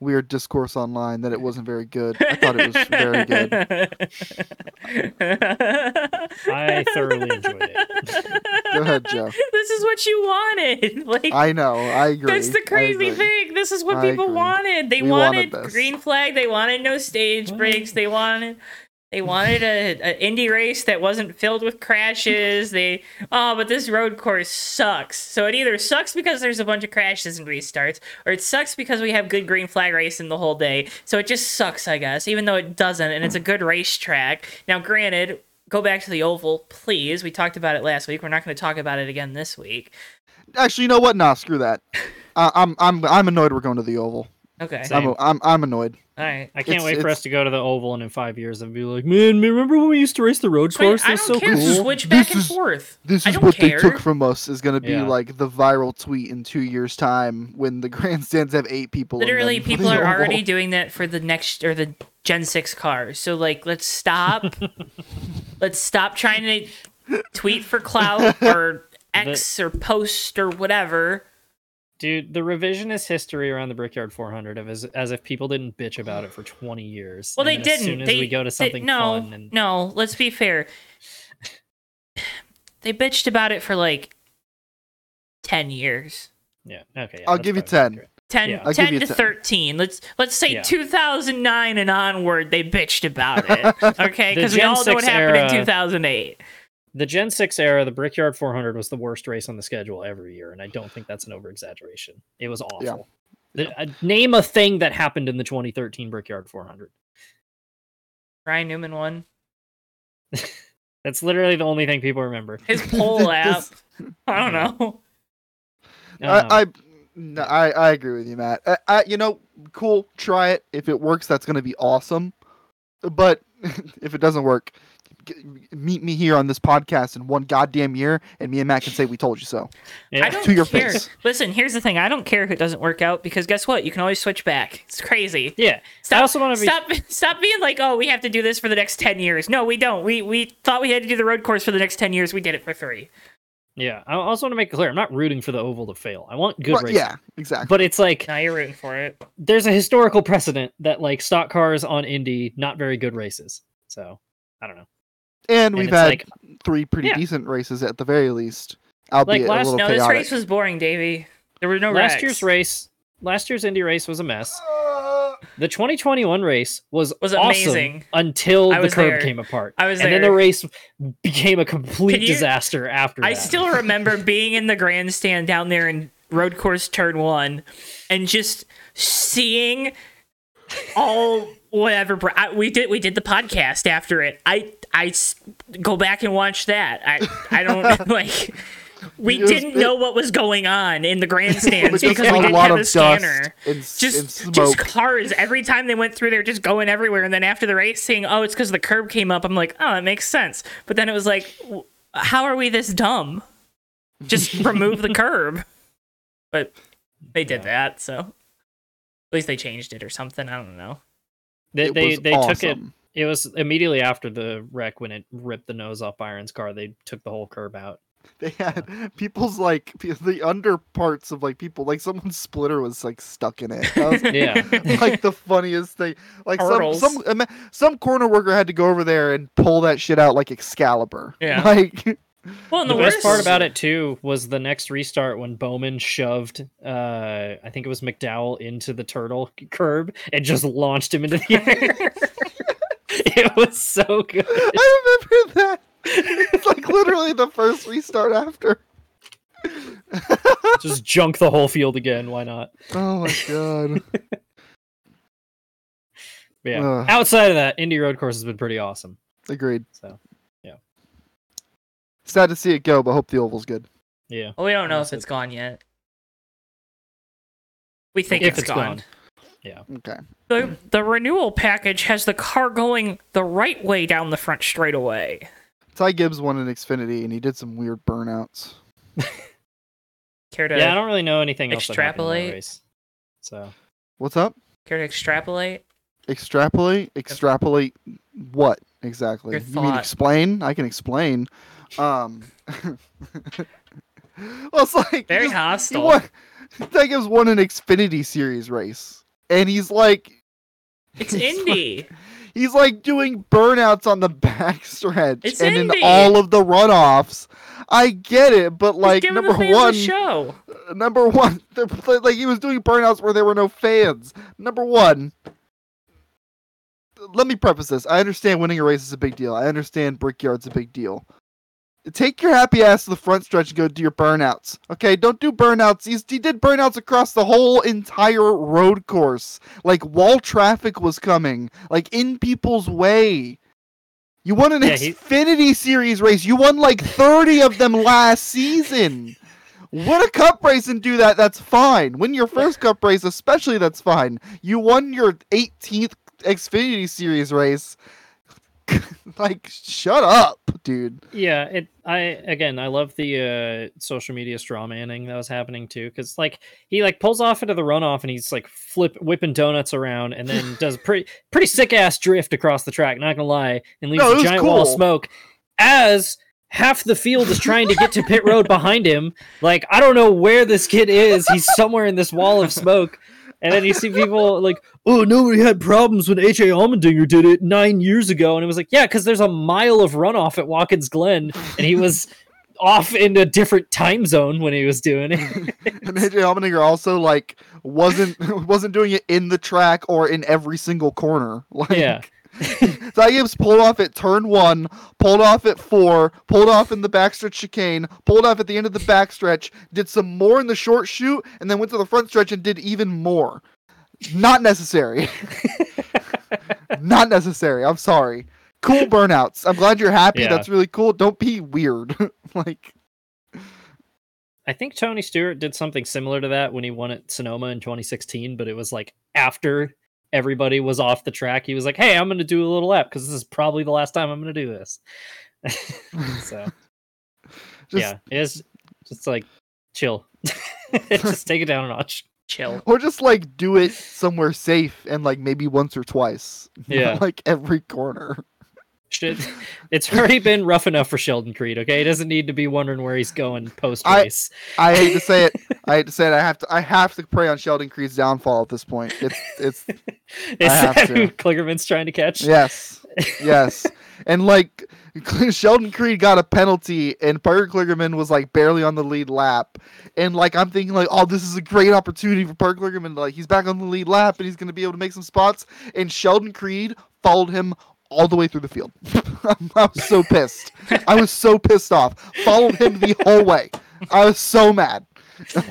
[SPEAKER 2] weird discourse online that it wasn't very good. I thought it was very good.
[SPEAKER 1] I thoroughly enjoyed it.
[SPEAKER 2] Go ahead, Joe.
[SPEAKER 3] This is what you wanted. Like
[SPEAKER 2] I know. I agree.
[SPEAKER 3] that's the
[SPEAKER 2] I
[SPEAKER 3] crazy
[SPEAKER 2] agree.
[SPEAKER 3] thing. This is what
[SPEAKER 2] I
[SPEAKER 3] people
[SPEAKER 2] agree.
[SPEAKER 3] wanted. They
[SPEAKER 2] We wanted
[SPEAKER 3] wanted,
[SPEAKER 2] this.
[SPEAKER 3] green flag. They wanted no stage
[SPEAKER 1] What?
[SPEAKER 3] breaks. They wanted they wanted a, a indie race that wasn't filled with crashes. They oh, but this road course sucks. So it either sucks because there's a bunch of crashes and restarts, or it sucks because we have good green flag racing the whole day. So it just sucks, I guess, even though it doesn't, and it's a good racetrack. Now, granted, go back to the oval, please. We talked about it last week. We're not going to talk about it again this week.
[SPEAKER 2] Actually, you know what? Nah, screw that. I, I'm I'm I'm annoyed. We're going to the Oval.
[SPEAKER 3] Okay.
[SPEAKER 1] So-
[SPEAKER 2] I'm
[SPEAKER 1] Same.
[SPEAKER 2] I'm I'm annoyed.
[SPEAKER 3] All right.
[SPEAKER 1] I can't
[SPEAKER 2] It's-
[SPEAKER 1] wait for
[SPEAKER 2] it's-
[SPEAKER 1] us to go to the Oval and in five years and be like, man, remember when we used to race the road
[SPEAKER 3] Wait,
[SPEAKER 1] course?
[SPEAKER 3] I
[SPEAKER 1] That's so
[SPEAKER 3] don't care.
[SPEAKER 1] cool.
[SPEAKER 3] Switch
[SPEAKER 2] This
[SPEAKER 3] back and
[SPEAKER 2] is-
[SPEAKER 3] forth.
[SPEAKER 2] this
[SPEAKER 3] I
[SPEAKER 2] is
[SPEAKER 3] don't
[SPEAKER 2] what they
[SPEAKER 3] care.
[SPEAKER 2] took from us is going to be
[SPEAKER 1] Yeah.
[SPEAKER 2] like the viral tweet in two years time when the grandstands have eight people in them
[SPEAKER 3] Literally,
[SPEAKER 2] for
[SPEAKER 3] people
[SPEAKER 2] the
[SPEAKER 3] are
[SPEAKER 2] Oval.
[SPEAKER 3] already doing that for the next or the Gen Six cars. So like, let's stop. let's stop trying to tweet for clout or X or post or whatever.
[SPEAKER 1] Dude, the revisionist history around the Brickyard 400 of as, as if people didn't bitch about it for 20 years.
[SPEAKER 3] Well, they
[SPEAKER 1] and then
[SPEAKER 3] didn't.
[SPEAKER 1] As soon as
[SPEAKER 3] they
[SPEAKER 1] we go
[SPEAKER 3] they-
[SPEAKER 1] to something
[SPEAKER 3] no,
[SPEAKER 1] fun and
[SPEAKER 3] no. Let's be fair. They bitched about it for like ten years.
[SPEAKER 1] yeah, okay. yeah,
[SPEAKER 2] I'll
[SPEAKER 1] that's
[SPEAKER 2] give you
[SPEAKER 1] probably
[SPEAKER 2] 10.
[SPEAKER 1] accurate.
[SPEAKER 3] 10,
[SPEAKER 1] Yeah.
[SPEAKER 2] I'll
[SPEAKER 3] 10
[SPEAKER 2] give you
[SPEAKER 3] to
[SPEAKER 2] 10.
[SPEAKER 3] 13 let's let's say
[SPEAKER 1] Yeah.
[SPEAKER 3] 2009 and onward they bitched about it
[SPEAKER 1] The
[SPEAKER 3] okay because we
[SPEAKER 1] Gen
[SPEAKER 3] all know what
[SPEAKER 1] 6
[SPEAKER 3] happened in
[SPEAKER 1] era-
[SPEAKER 3] 2008
[SPEAKER 1] The Gen 6 era, the Brickyard 400 was the worst race on the schedule every year, and I don't think that's an over exaggeration. It was awful.
[SPEAKER 2] Yeah.
[SPEAKER 1] The- uh, name a thing that happened in the 2013 Brickyard 400.
[SPEAKER 3] ryan newman won
[SPEAKER 1] That's literally the only thing people remember.
[SPEAKER 3] his poll app
[SPEAKER 2] This-
[SPEAKER 3] i don't know
[SPEAKER 1] Um,
[SPEAKER 2] I, I, no, I I agree with you Matt I, I you know cool try it if it works that's going to be awesome but if it doesn't work g- meet me here on this podcast in one goddamn year and me and Matt can say we told you so
[SPEAKER 1] yeah.
[SPEAKER 3] i don't
[SPEAKER 2] To your
[SPEAKER 3] care
[SPEAKER 2] face.
[SPEAKER 3] listen here's the thing i don't care if it doesn't work out because guess what you can always switch back it's crazy
[SPEAKER 1] Yeah.
[SPEAKER 3] Stop,
[SPEAKER 1] I also want to be.
[SPEAKER 3] stop, stop being like, oh, we have to do this for the next 10 years. No, we don't. We we thought we had to do the road course for the next 10 years. We did it for three.
[SPEAKER 1] Yeah. I also want to make it clear I'm not rooting for the Oval to fail. I want good
[SPEAKER 2] Right,
[SPEAKER 1] racing.
[SPEAKER 2] yeah exactly
[SPEAKER 1] But it's like
[SPEAKER 3] Now you're rooting for it.
[SPEAKER 1] there's a historical precedent that like stock cars on Indy, not very good races. So I don't know.
[SPEAKER 2] and
[SPEAKER 1] And
[SPEAKER 2] we've
[SPEAKER 1] it's
[SPEAKER 2] had
[SPEAKER 1] like
[SPEAKER 2] three pretty
[SPEAKER 1] Yeah.
[SPEAKER 2] decent races at the very least albeit
[SPEAKER 1] last-
[SPEAKER 2] a little
[SPEAKER 3] No,
[SPEAKER 2] chaotic
[SPEAKER 3] this race was boring, Davey. There were no
[SPEAKER 1] last
[SPEAKER 3] wrecks.
[SPEAKER 1] year's race, last year's Indy race was a mess. The 2021 race was
[SPEAKER 3] Was
[SPEAKER 1] awesome
[SPEAKER 3] amazing.
[SPEAKER 1] until
[SPEAKER 3] I
[SPEAKER 1] the
[SPEAKER 3] was
[SPEAKER 1] curb
[SPEAKER 3] there.
[SPEAKER 1] came apart.
[SPEAKER 3] I was
[SPEAKER 1] and then
[SPEAKER 3] there.
[SPEAKER 1] the race became a complete
[SPEAKER 3] Can you-
[SPEAKER 1] disaster after.
[SPEAKER 3] I
[SPEAKER 1] that.
[SPEAKER 3] still remember being in the grandstand down there in road course turn one and just seeing all whatever br- I, we did we did the podcast after it i i s- go back and watch that i i don't like we
[SPEAKER 2] It was-
[SPEAKER 3] didn't know what was going on in the grandstands
[SPEAKER 2] It's just
[SPEAKER 3] because we
[SPEAKER 2] a
[SPEAKER 3] didn't
[SPEAKER 2] lot
[SPEAKER 3] have
[SPEAKER 2] of
[SPEAKER 3] a
[SPEAKER 2] dust
[SPEAKER 3] scanner
[SPEAKER 2] and, s- and
[SPEAKER 3] just
[SPEAKER 2] smoke.
[SPEAKER 3] just cars every time they went through they were just going everywhere and then after the race seeing oh it's because the curb came up i'm like oh that makes sense but then it was like w- how are we this dumb just remove the curb but they did
[SPEAKER 1] Yeah.
[SPEAKER 3] that so at least they changed it or something i don't know
[SPEAKER 1] they
[SPEAKER 2] It
[SPEAKER 1] they,
[SPEAKER 2] was
[SPEAKER 1] they took it.
[SPEAKER 2] awesome.
[SPEAKER 1] It was immediately after the wreck when it ripped the nose off Byron's car. They took the whole curb out.
[SPEAKER 2] They had people's like pe- the under parts of like people like someone's splitter was like stuck in it. That was
[SPEAKER 1] Yeah.
[SPEAKER 2] like the funniest thing. Like some,
[SPEAKER 3] Hurdles.
[SPEAKER 2] some ima- some corner worker had to go over there and pull that shit out like Excalibur.
[SPEAKER 3] Yeah.
[SPEAKER 2] Like
[SPEAKER 3] well and
[SPEAKER 1] the
[SPEAKER 3] the,
[SPEAKER 1] best
[SPEAKER 3] worst
[SPEAKER 1] part about it too was the next restart when Bowman shoved, uh, I think it was McDowell into the turtle curb and just launched him into the air. it was so good.
[SPEAKER 2] I remember that. It's like literally the first restart after.
[SPEAKER 1] Just junk the whole field again. Why not?
[SPEAKER 2] Oh my god.
[SPEAKER 1] But yeah.
[SPEAKER 2] Ugh.
[SPEAKER 1] Outside of that, Indy Road Course has been pretty awesome.
[SPEAKER 2] Agreed.
[SPEAKER 1] So
[SPEAKER 2] Sad to see it go, but hope the oval's good.
[SPEAKER 1] yeah,
[SPEAKER 3] well, we don't know if
[SPEAKER 1] Honestly.
[SPEAKER 3] it's gone yet we think
[SPEAKER 1] if
[SPEAKER 3] it's gone.
[SPEAKER 2] Okay.
[SPEAKER 3] The, the renewal package has the car going the right way down the front straightaway.
[SPEAKER 2] Ty Gibbs won in Xfinity and he did some weird burnouts.
[SPEAKER 3] Care to
[SPEAKER 1] yeah, I don't really know anything else. That happened in
[SPEAKER 3] extrapolate?
[SPEAKER 1] that race. So
[SPEAKER 2] What's up?
[SPEAKER 3] care to extrapolate?
[SPEAKER 2] Extrapolate? Extrapolate what exactly?
[SPEAKER 3] Your
[SPEAKER 2] you mean
[SPEAKER 3] thought.
[SPEAKER 2] explain? I can explain. Um Well it's like
[SPEAKER 3] Very
[SPEAKER 2] just- He
[SPEAKER 3] hostile.
[SPEAKER 2] won. That gives won an Xfinity Series race, and he's like,
[SPEAKER 3] It's Indy.
[SPEAKER 2] he's like doing burnouts on the backstretch
[SPEAKER 3] It's
[SPEAKER 2] and
[SPEAKER 3] Indy.
[SPEAKER 2] in all of the runoffs. I get it, but like
[SPEAKER 3] He's giving
[SPEAKER 2] number
[SPEAKER 3] the fans
[SPEAKER 2] one,
[SPEAKER 3] a show.
[SPEAKER 2] number one, the- like he was doing burnouts where there were no fans. Number one. Let me preface this. I understand winning a race is a big deal. I understand Brickyard's a big deal. Take your happy ass to the front stretch and go do your burnouts. Okay, don't do burnouts. He's, he did burnouts across the whole entire road course. Like while traffic was coming, like in people's way. You won an
[SPEAKER 1] Yeah, he-
[SPEAKER 2] Xfinity Series race. You won like 30 of them last season. Win a cup race and do that. That's fine. Win your first cup race, especially. That's fine. You won your 18th Xfinity Series race. like, shut up, dude.
[SPEAKER 1] yeah, it. I again, I love the uh, social media straw manning that was happening too, because like he like pulls off into the runoff and he's like flip whipping donuts around and then does pretty pretty sick ass drift across the track. Not gonna lie, and leaves
[SPEAKER 2] No, it
[SPEAKER 1] a
[SPEAKER 2] was
[SPEAKER 1] giant wall of
[SPEAKER 2] cool.
[SPEAKER 1] smoke as. Half the field is trying to get to pit road behind him. Like I don't know where this kid is. He's somewhere in this wall of smoke. And then you see people like, oh, nobody had problems when H.A. Allmendinger did it nine years ago. And it was like, yeah, because there's a mile of runoff at Watkins Glen. And he was off in a different time zone when he was doing it.
[SPEAKER 2] And AJ Allmendinger also like wasn't wasn't doing it in the track or in every single corner. Like,
[SPEAKER 1] yeah.
[SPEAKER 2] Ty Gibbs pulled off at turn one, pulled off at four, pulled off in the backstretch chicane, pulled off at the end of the backstretch, did some more in the short shoot, and then went to the front stretch and did even more. Not necessary. Not necessary. I'm sorry. Cool burnouts. I'm glad you're happy.
[SPEAKER 1] Yeah.
[SPEAKER 2] That's really cool. Don't be weird. like,
[SPEAKER 1] I think Tony Stewart did something similar to that when he won at Sonoma in 2016, but it was like after everybody was off the track. He was like, hey, I'm going to do a little lap because this is probably the last time I'm going to do this. so.
[SPEAKER 2] just
[SPEAKER 1] yeah, it's just like chill. just take it down a notch.
[SPEAKER 3] Chill.
[SPEAKER 2] or just like do it somewhere safe and like maybe once or twice. Not,
[SPEAKER 1] Yeah.
[SPEAKER 2] like every corner.
[SPEAKER 1] Shit, it's already been rough enough for Sheldon Creed. Okay, he doesn't need to be wondering where he's going post race.
[SPEAKER 2] I hate to say it. I hate to say it. I have to. I have to prey on Sheldon Creed's downfall at this point. It's. It's.
[SPEAKER 1] Is
[SPEAKER 2] have
[SPEAKER 1] that
[SPEAKER 2] to.
[SPEAKER 1] who Kligerman's trying to catch?
[SPEAKER 2] yes. yes. And like Sheldon Creed got a penalty and Parker Kligerman was like barely on the lead lap. And like I'm thinking like, oh, this is a great opportunity for Parker Kligerman. Like he's back on the lead lap and he's gonna be able to make some spots. And Sheldon Creed followed him all the way through the field. I was so pissed. I was so pissed off. Followed him the whole way. I was so mad.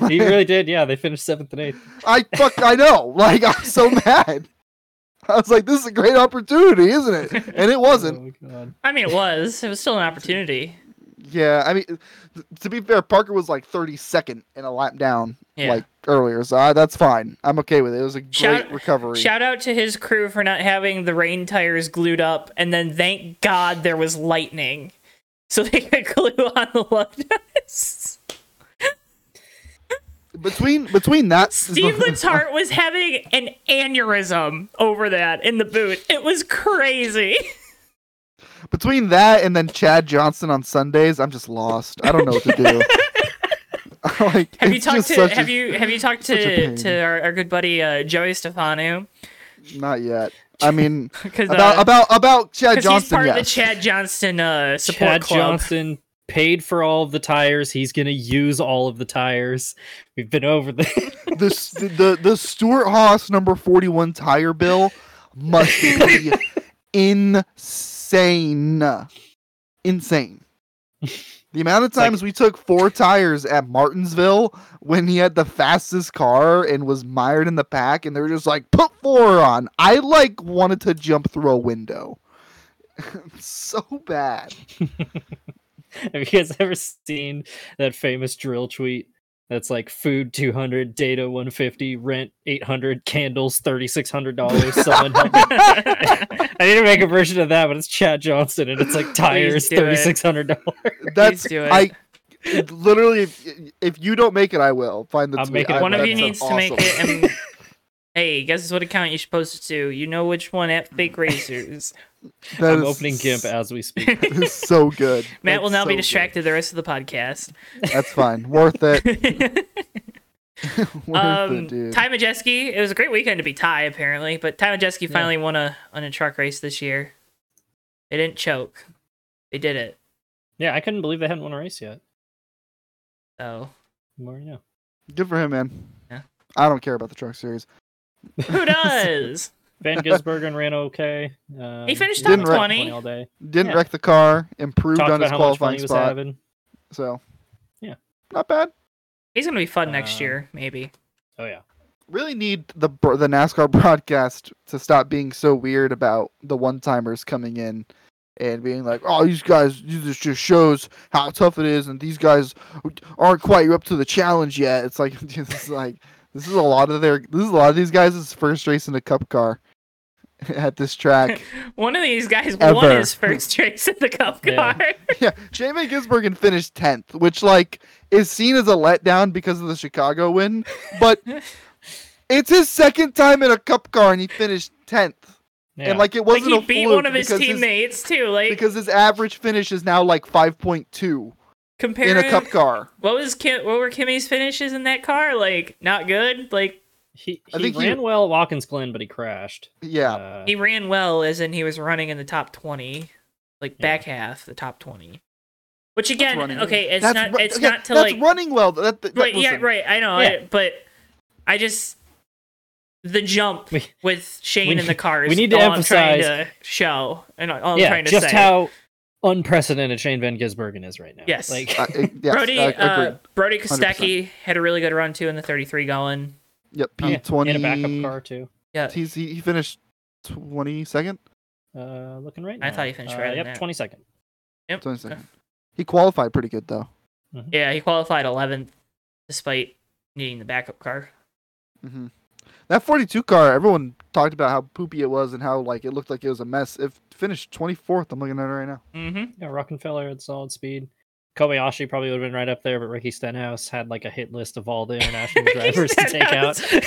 [SPEAKER 1] he really did. Yeah, they finished seventh and eighth.
[SPEAKER 2] I fuck I know. Like I'm so mad. I was like, this is a great opportunity, isn't it? And it wasn't.
[SPEAKER 1] Oh, God.
[SPEAKER 3] I mean, it was. It was still an opportunity.
[SPEAKER 2] Yeah, I mean, th- to be fair, Parker was like 32nd in a lap down
[SPEAKER 3] Yeah.
[SPEAKER 2] like earlier, so I, that's fine. I'm okay with it. It was a great
[SPEAKER 3] Shout-
[SPEAKER 2] recovery.
[SPEAKER 3] Shout out to his crew for not having the rain tires glued up, and then thank God there was lightning, so they could glue on the lug nuts.
[SPEAKER 2] between between that,
[SPEAKER 3] Steve Letarte was having an aneurysm over that in the boot. It was crazy.
[SPEAKER 2] between that and then Chad Johnson on Sundays, I'm just lost. I don't know what to do. like,
[SPEAKER 3] Have you
[SPEAKER 2] it's
[SPEAKER 3] talked
[SPEAKER 2] just
[SPEAKER 3] to
[SPEAKER 2] such a-
[SPEAKER 3] Have you Have you talked
[SPEAKER 2] such a
[SPEAKER 3] to
[SPEAKER 2] pain.
[SPEAKER 3] to our, our good buddy uh, Joey Stefanu?
[SPEAKER 2] Not yet. I mean,
[SPEAKER 3] 'Cause,
[SPEAKER 2] about
[SPEAKER 3] uh,
[SPEAKER 2] about about Chad
[SPEAKER 3] 'cause
[SPEAKER 2] Johnson.
[SPEAKER 3] he's part
[SPEAKER 2] yes.
[SPEAKER 3] of the Chad Johnston uh, support
[SPEAKER 1] Chad
[SPEAKER 3] club.
[SPEAKER 1] Johnson paid for all of the tires. He's gonna use all of the tires. We've been over this.
[SPEAKER 2] the s- the the Stuart Haas number 41 tire bill must be insane. Insane. The amount of
[SPEAKER 1] like-
[SPEAKER 2] times we took four tires at Martinsville when he had the fastest car and was mired in the pack, and they were just like, put four on. I like wanted to jump through a window. so bad.
[SPEAKER 1] Have you guys ever seen that famous drill tweet? That's like food 200, data 150, rent 800, candles $3,600. Someone help me. I need to make a version of that, but it's Chad Johnson and it's like tires
[SPEAKER 3] do it.
[SPEAKER 1] $3,600.
[SPEAKER 2] That's
[SPEAKER 3] do it.
[SPEAKER 2] I literally if, if you don't make it, I will find the
[SPEAKER 1] I'll
[SPEAKER 2] tweet.
[SPEAKER 1] make it.
[SPEAKER 2] I-
[SPEAKER 3] One of
[SPEAKER 2] that's
[SPEAKER 3] you needs to make
[SPEAKER 2] awesome.
[SPEAKER 3] it. And hey, guess what account you should post it to? You know which one at Fake Razors.
[SPEAKER 2] That
[SPEAKER 1] I'm
[SPEAKER 2] is
[SPEAKER 1] opening GIMP as we speak.
[SPEAKER 2] That is so good.
[SPEAKER 3] Matt will
[SPEAKER 2] That's
[SPEAKER 3] now be
[SPEAKER 2] so
[SPEAKER 3] distracted the rest of the podcast.
[SPEAKER 2] good. That's fine. Worth it. Worth
[SPEAKER 3] um,
[SPEAKER 2] it, dude.
[SPEAKER 3] Ty Majeski. It was a great weekend to be Ty, apparently, but Ty Majeski finally won a on a truck race this year. They didn't choke. They did it.
[SPEAKER 1] yeah, I couldn't believe they hadn't won a race yet.
[SPEAKER 3] So
[SPEAKER 1] More, yeah.
[SPEAKER 2] good for him, man.
[SPEAKER 3] Yeah.
[SPEAKER 2] I don't care about the truck series.
[SPEAKER 3] who does?
[SPEAKER 1] Van Gisbergen ran okay. Um,
[SPEAKER 3] finished
[SPEAKER 1] he
[SPEAKER 2] top
[SPEAKER 1] was top
[SPEAKER 3] 20.
[SPEAKER 1] all day.
[SPEAKER 2] Didn't
[SPEAKER 1] Yeah.
[SPEAKER 2] wreck the car. Improved
[SPEAKER 1] Talked
[SPEAKER 2] on
[SPEAKER 1] about
[SPEAKER 2] his
[SPEAKER 1] how much fun
[SPEAKER 2] qualifying
[SPEAKER 1] he was
[SPEAKER 2] spot.
[SPEAKER 1] having.
[SPEAKER 2] So,
[SPEAKER 1] Yeah.
[SPEAKER 2] not bad.
[SPEAKER 3] He's gonna be fun next
[SPEAKER 1] Uh,
[SPEAKER 3] year, maybe.
[SPEAKER 1] Oh yeah,
[SPEAKER 2] Really need the br- the NASCAR broadcast to stop being so weird about the one timers coming in and being like, "Oh, these guys, this just shows how tough it is, and these guys aren't quite up to the challenge yet." It's like, it's like this is a lot of their this is a lot of these guys' first race in a cup car at this track.
[SPEAKER 3] One of these guys won
[SPEAKER 2] Ever.
[SPEAKER 3] his first race at the Cup
[SPEAKER 1] Yeah.
[SPEAKER 3] car.
[SPEAKER 2] yeah, Jamie Gisbergen finished tenth, which like is seen as a letdown because of the Chicago win, but it's his second time in a cup car and he finished tenth.
[SPEAKER 1] yeah.
[SPEAKER 2] And like it
[SPEAKER 3] like
[SPEAKER 2] wasn't
[SPEAKER 3] he
[SPEAKER 2] a
[SPEAKER 3] beat
[SPEAKER 2] fluke
[SPEAKER 3] one of his
[SPEAKER 2] because
[SPEAKER 3] teammates too. Like
[SPEAKER 2] because his average finish is now like 5.2 in
[SPEAKER 3] comparing
[SPEAKER 2] a cup car.
[SPEAKER 3] what was Kim, what were Kimmy's finishes in that car? Like not good. Like
[SPEAKER 1] he,
[SPEAKER 2] I
[SPEAKER 1] he
[SPEAKER 2] think he-
[SPEAKER 1] ran well at Watkins Glen, but he crashed.
[SPEAKER 2] Yeah.
[SPEAKER 1] Uh,
[SPEAKER 3] he ran well, as in he was running in the top twenty, like
[SPEAKER 1] Yeah.
[SPEAKER 3] back half the top twenty. Which
[SPEAKER 2] That's
[SPEAKER 3] again,
[SPEAKER 2] running.
[SPEAKER 3] okay, it's
[SPEAKER 2] That's
[SPEAKER 3] not
[SPEAKER 2] ru-
[SPEAKER 3] it's
[SPEAKER 2] yeah,
[SPEAKER 3] not to
[SPEAKER 2] that's
[SPEAKER 3] like
[SPEAKER 2] running well. That, that, that-
[SPEAKER 3] right, yeah,
[SPEAKER 2] listen,
[SPEAKER 3] right. I know,
[SPEAKER 1] Yeah.
[SPEAKER 3] I, but I just the jump
[SPEAKER 1] We-
[SPEAKER 3] with Shane
[SPEAKER 1] we
[SPEAKER 3] in the
[SPEAKER 1] need-
[SPEAKER 3] cars.
[SPEAKER 1] we need to
[SPEAKER 3] all I'm
[SPEAKER 1] emphasize-
[SPEAKER 3] trying to show and all I'm
[SPEAKER 1] yeah,
[SPEAKER 3] trying to
[SPEAKER 1] just
[SPEAKER 3] say.
[SPEAKER 1] how unprecedented Shane Van Gisbergen is right now.
[SPEAKER 3] Yes.
[SPEAKER 1] like
[SPEAKER 2] I- I- yes,
[SPEAKER 3] Brody
[SPEAKER 2] I
[SPEAKER 3] uh,
[SPEAKER 2] agree.
[SPEAKER 3] Brody
[SPEAKER 2] 100%.
[SPEAKER 3] Kostecki had a really good run too in the 33 going.
[SPEAKER 2] Yep,
[SPEAKER 1] yeah,
[SPEAKER 2] P20.
[SPEAKER 1] in a backup car too.
[SPEAKER 3] Yeah,
[SPEAKER 2] He's, he, he finished 22nd.
[SPEAKER 1] Uh, looking right. Now.
[SPEAKER 3] I thought he finished
[SPEAKER 1] uh,
[SPEAKER 3] right in
[SPEAKER 1] Yep,
[SPEAKER 3] that.
[SPEAKER 1] twenty second.
[SPEAKER 3] Yep.
[SPEAKER 2] 22nd. He qualified pretty good though.
[SPEAKER 3] Yeah, he qualified 11th despite needing the backup car.
[SPEAKER 2] hmm That 42 car, everyone talked about how poopy it was and how like it looked like it was a mess. It finished 24th. I'm looking at it right now.
[SPEAKER 3] Mm-hmm.
[SPEAKER 1] Yeah, Rockefeller had solid speed. Kobayashi probably would have been right up there, but Ricky Stenhouse had like a hit list of all the international drivers to take out.
[SPEAKER 3] he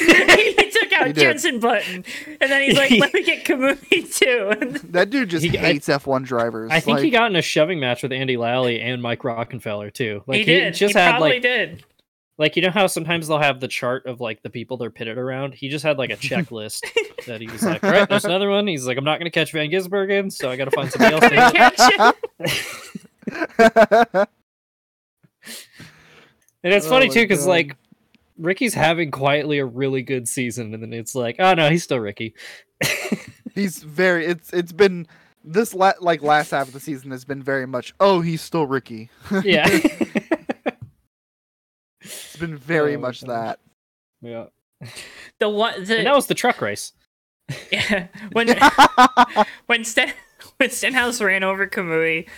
[SPEAKER 3] took out
[SPEAKER 2] He did.
[SPEAKER 3] Jensen Button, and then he's like, "Let me get Kamui too."
[SPEAKER 2] That dude just
[SPEAKER 1] He- I-
[SPEAKER 2] hates F1 drivers.
[SPEAKER 1] I think
[SPEAKER 2] like,
[SPEAKER 1] he got in a shoving match with Andy Lally and Mike Rockefeller too. Like
[SPEAKER 3] he did.
[SPEAKER 1] just
[SPEAKER 3] he
[SPEAKER 1] had
[SPEAKER 3] probably
[SPEAKER 1] like
[SPEAKER 3] did.
[SPEAKER 1] Like you know how sometimes they'll have the chart of like the people they're pitted around. He just had like a checklist that he was like, "All right, there's another one." He's like, "I'm not gonna catch Van Gisbergen, so I gotta find somebody else." to
[SPEAKER 3] Catch it.
[SPEAKER 1] And it's
[SPEAKER 2] Oh
[SPEAKER 1] funny
[SPEAKER 2] my
[SPEAKER 1] too, because
[SPEAKER 2] God.
[SPEAKER 1] like Ricky's having quietly a really good season, and then it's like, oh no, he's still Ricky.
[SPEAKER 2] he's very. It's it's been this la- like last half of the season has been very much. Oh, he's still Ricky.
[SPEAKER 1] Yeah,
[SPEAKER 2] It's been very
[SPEAKER 1] Oh my
[SPEAKER 2] much
[SPEAKER 1] gosh.
[SPEAKER 2] that.
[SPEAKER 1] yeah.
[SPEAKER 3] The one
[SPEAKER 1] And that
[SPEAKER 3] the
[SPEAKER 1] was the truck race.
[SPEAKER 3] yeah, when when Sten when Stenhouse ran over Kamui,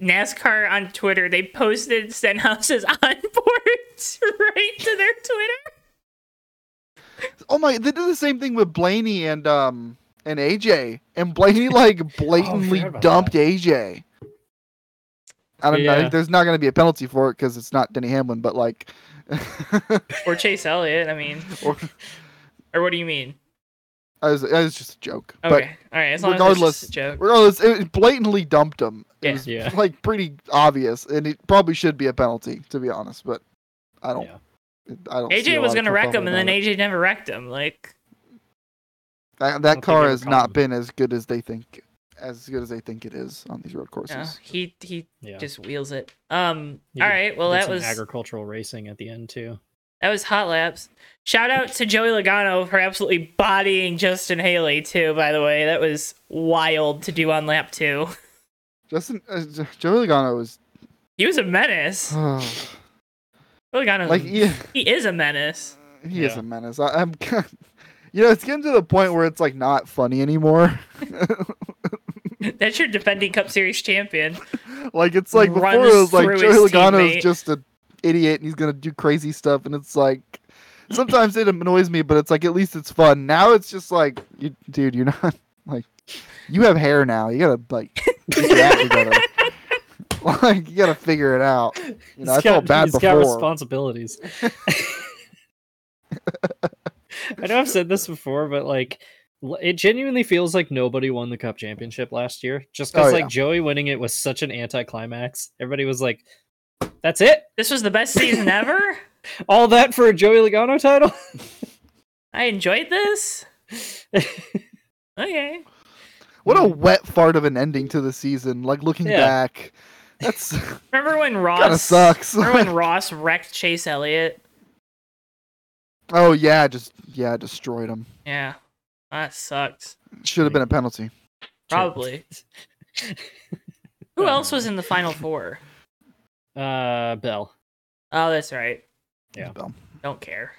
[SPEAKER 3] NASCAR on Twitter they posted Stenhouse's onboards right to their Twitter.
[SPEAKER 2] Oh my! They did the same thing with Blaney and um and AJ, and Blaney like blatantly
[SPEAKER 1] Oh, about
[SPEAKER 2] dumped AJ. I don't know. I
[SPEAKER 1] Yeah.
[SPEAKER 2] think there's not going to be a penalty for it because it's not Denny Hamlin, but like,
[SPEAKER 3] Or Chase Elliott. I mean,
[SPEAKER 2] or,
[SPEAKER 3] or what do you mean?
[SPEAKER 2] I was, I was just a joke.
[SPEAKER 3] Okay, all right. As long
[SPEAKER 2] regardless-
[SPEAKER 3] as it's just a
[SPEAKER 2] But
[SPEAKER 3] joke.
[SPEAKER 2] regardless, it blatantly dumped him. It
[SPEAKER 3] Yeah.
[SPEAKER 2] was
[SPEAKER 1] Yeah.
[SPEAKER 2] like pretty obvious, and it probably should be a penalty to be honest. But I don't.
[SPEAKER 1] Yeah.
[SPEAKER 2] I don't. see a
[SPEAKER 3] AJ
[SPEAKER 2] lot
[SPEAKER 3] was
[SPEAKER 2] of
[SPEAKER 3] gonna wreck him,
[SPEAKER 2] kerfuffle
[SPEAKER 3] and then
[SPEAKER 2] about it.
[SPEAKER 3] AJ never wrecked him. Like,
[SPEAKER 2] that,
[SPEAKER 1] I don't
[SPEAKER 2] that
[SPEAKER 1] think
[SPEAKER 2] car
[SPEAKER 1] they
[SPEAKER 2] has
[SPEAKER 1] were
[SPEAKER 2] not been as good as they think, as good as they think it is on these road courses.
[SPEAKER 3] uh, he he
[SPEAKER 1] Yeah,
[SPEAKER 3] just wheels it. Um.
[SPEAKER 1] He
[SPEAKER 3] All right. Well,
[SPEAKER 1] Did
[SPEAKER 3] that
[SPEAKER 1] some
[SPEAKER 3] was
[SPEAKER 1] agricultural racing at the end too.
[SPEAKER 3] that was hot laps. Shout out to Joey Logano for absolutely bodying Justin Haley too. By the way, that was wild to do on lap two.
[SPEAKER 2] Justin uh, J- Joey Logano is
[SPEAKER 3] He was a menace. Joey Logano,
[SPEAKER 2] like yeah,
[SPEAKER 3] he is a menace.
[SPEAKER 2] he is
[SPEAKER 1] Yeah.
[SPEAKER 2] a menace. I, I'm, you know, it's getting to the point where it's like not funny anymore.
[SPEAKER 3] That's your defending Cup Series champion.
[SPEAKER 2] like it's like before it
[SPEAKER 3] Runs
[SPEAKER 2] was like
[SPEAKER 3] through
[SPEAKER 2] Joey
[SPEAKER 3] his
[SPEAKER 2] Logano
[SPEAKER 3] teammate.
[SPEAKER 2] is just an idiot and he's gonna do crazy stuff, and it's like sometimes it annoys me, but it's like at least it's fun. Now it's just like, you, dude, you're not like you have hair now. You gotta like get your act together. like you gotta figure it out. You know, I
[SPEAKER 1] He's
[SPEAKER 2] felt
[SPEAKER 1] got-
[SPEAKER 2] bad
[SPEAKER 1] he's got
[SPEAKER 2] before.
[SPEAKER 1] responsibilities. I know I've said this before, but like, l- it genuinely feels like nobody won the cup championship last year, just because
[SPEAKER 2] Oh, yeah.
[SPEAKER 1] like Joey winning it was such an anticlimax. Everybody was like, "That's it,
[SPEAKER 3] This was the best season ever.
[SPEAKER 1] all that for a Joey Logano title."
[SPEAKER 3] I enjoyed this. Okay.
[SPEAKER 2] What a wet fart of an ending to the season. Like looking
[SPEAKER 1] Yeah.
[SPEAKER 2] back, that's.
[SPEAKER 3] Remember when Ross?
[SPEAKER 2] Kinda sucks.
[SPEAKER 3] remember when Ross wrecked Chase Elliott?
[SPEAKER 2] Oh yeah, just yeah, destroyed him.
[SPEAKER 3] Yeah, that sucked.
[SPEAKER 2] Should have been a penalty.
[SPEAKER 3] Probably. Who else was in the final four?
[SPEAKER 1] Uh, Bell.
[SPEAKER 3] Oh, that's right.
[SPEAKER 1] Yeah.
[SPEAKER 2] Bell.
[SPEAKER 3] Don't care.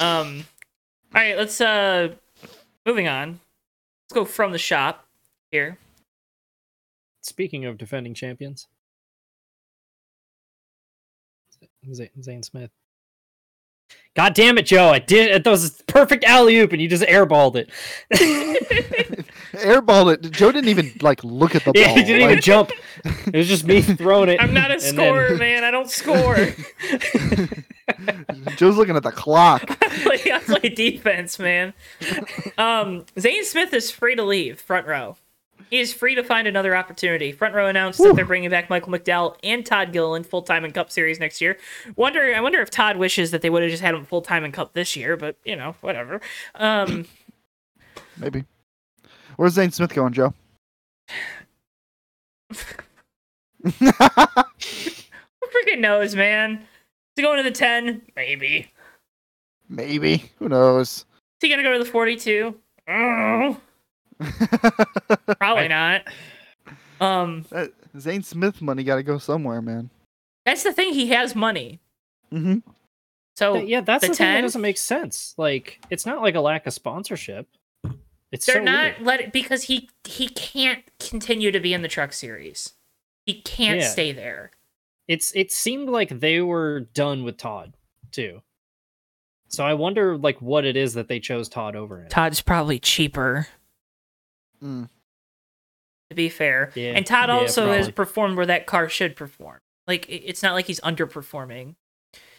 [SPEAKER 3] um. All right. Let's uh. Moving on. Let's go from the shop here.
[SPEAKER 1] Speaking of defending champions, Z- Zane Smith. God damn it, Joe! I did. That was a perfect alley oop, and you just airballed it.
[SPEAKER 2] Airballed it. Joe didn't even like look at the ball.
[SPEAKER 1] yeah, you didn't
[SPEAKER 2] like,
[SPEAKER 1] even jump. It was just me throwing it.
[SPEAKER 3] I'm not a
[SPEAKER 1] and then-
[SPEAKER 3] scorer, man. I don't score.
[SPEAKER 2] Joe's looking at the clock.
[SPEAKER 3] like, I play defense, man. Um, Zane Smith is free to leave front row. He is free to find another opportunity. Front row announced that they're bringing back Michael McDowell and Todd Gilliland full time in Cup Series next year. Wonder, I wonder if Todd wishes that they would have just had him full time in Cup this year, but you know, whatever. Um,
[SPEAKER 2] Maybe. Where's Zane Smith going, Joe?
[SPEAKER 3] who freaking knows, man? Is he going to the ten? Maybe. Is
[SPEAKER 2] Maybe. Who knows?
[SPEAKER 3] he gonna go to the forty-two? Mm,
[SPEAKER 2] That-
[SPEAKER 3] Probably not. Um,
[SPEAKER 2] Zane Smith money got to go somewhere, man.
[SPEAKER 3] that's the thing. He has money,
[SPEAKER 2] hmm
[SPEAKER 3] so
[SPEAKER 1] Yeah, that's
[SPEAKER 3] The
[SPEAKER 1] the, thing that
[SPEAKER 3] 10?
[SPEAKER 1] doesn't make sense. Like, it's not like a lack of sponsorship. It's
[SPEAKER 3] they're
[SPEAKER 1] so
[SPEAKER 3] not
[SPEAKER 1] weird.
[SPEAKER 3] let it because he he can't continue to be in the truck series he can't
[SPEAKER 1] Yeah.
[SPEAKER 3] stay there
[SPEAKER 1] it's it seemed like they were done with Todd too. So I wonder like what it is that they chose Todd over him.
[SPEAKER 3] todd's probably cheaper
[SPEAKER 2] Mm.
[SPEAKER 3] to be fair
[SPEAKER 1] Yeah,
[SPEAKER 3] and todd
[SPEAKER 1] yeah,
[SPEAKER 3] also has
[SPEAKER 1] probably.
[SPEAKER 3] performed where that car should perform like it- it's not like he's underperforming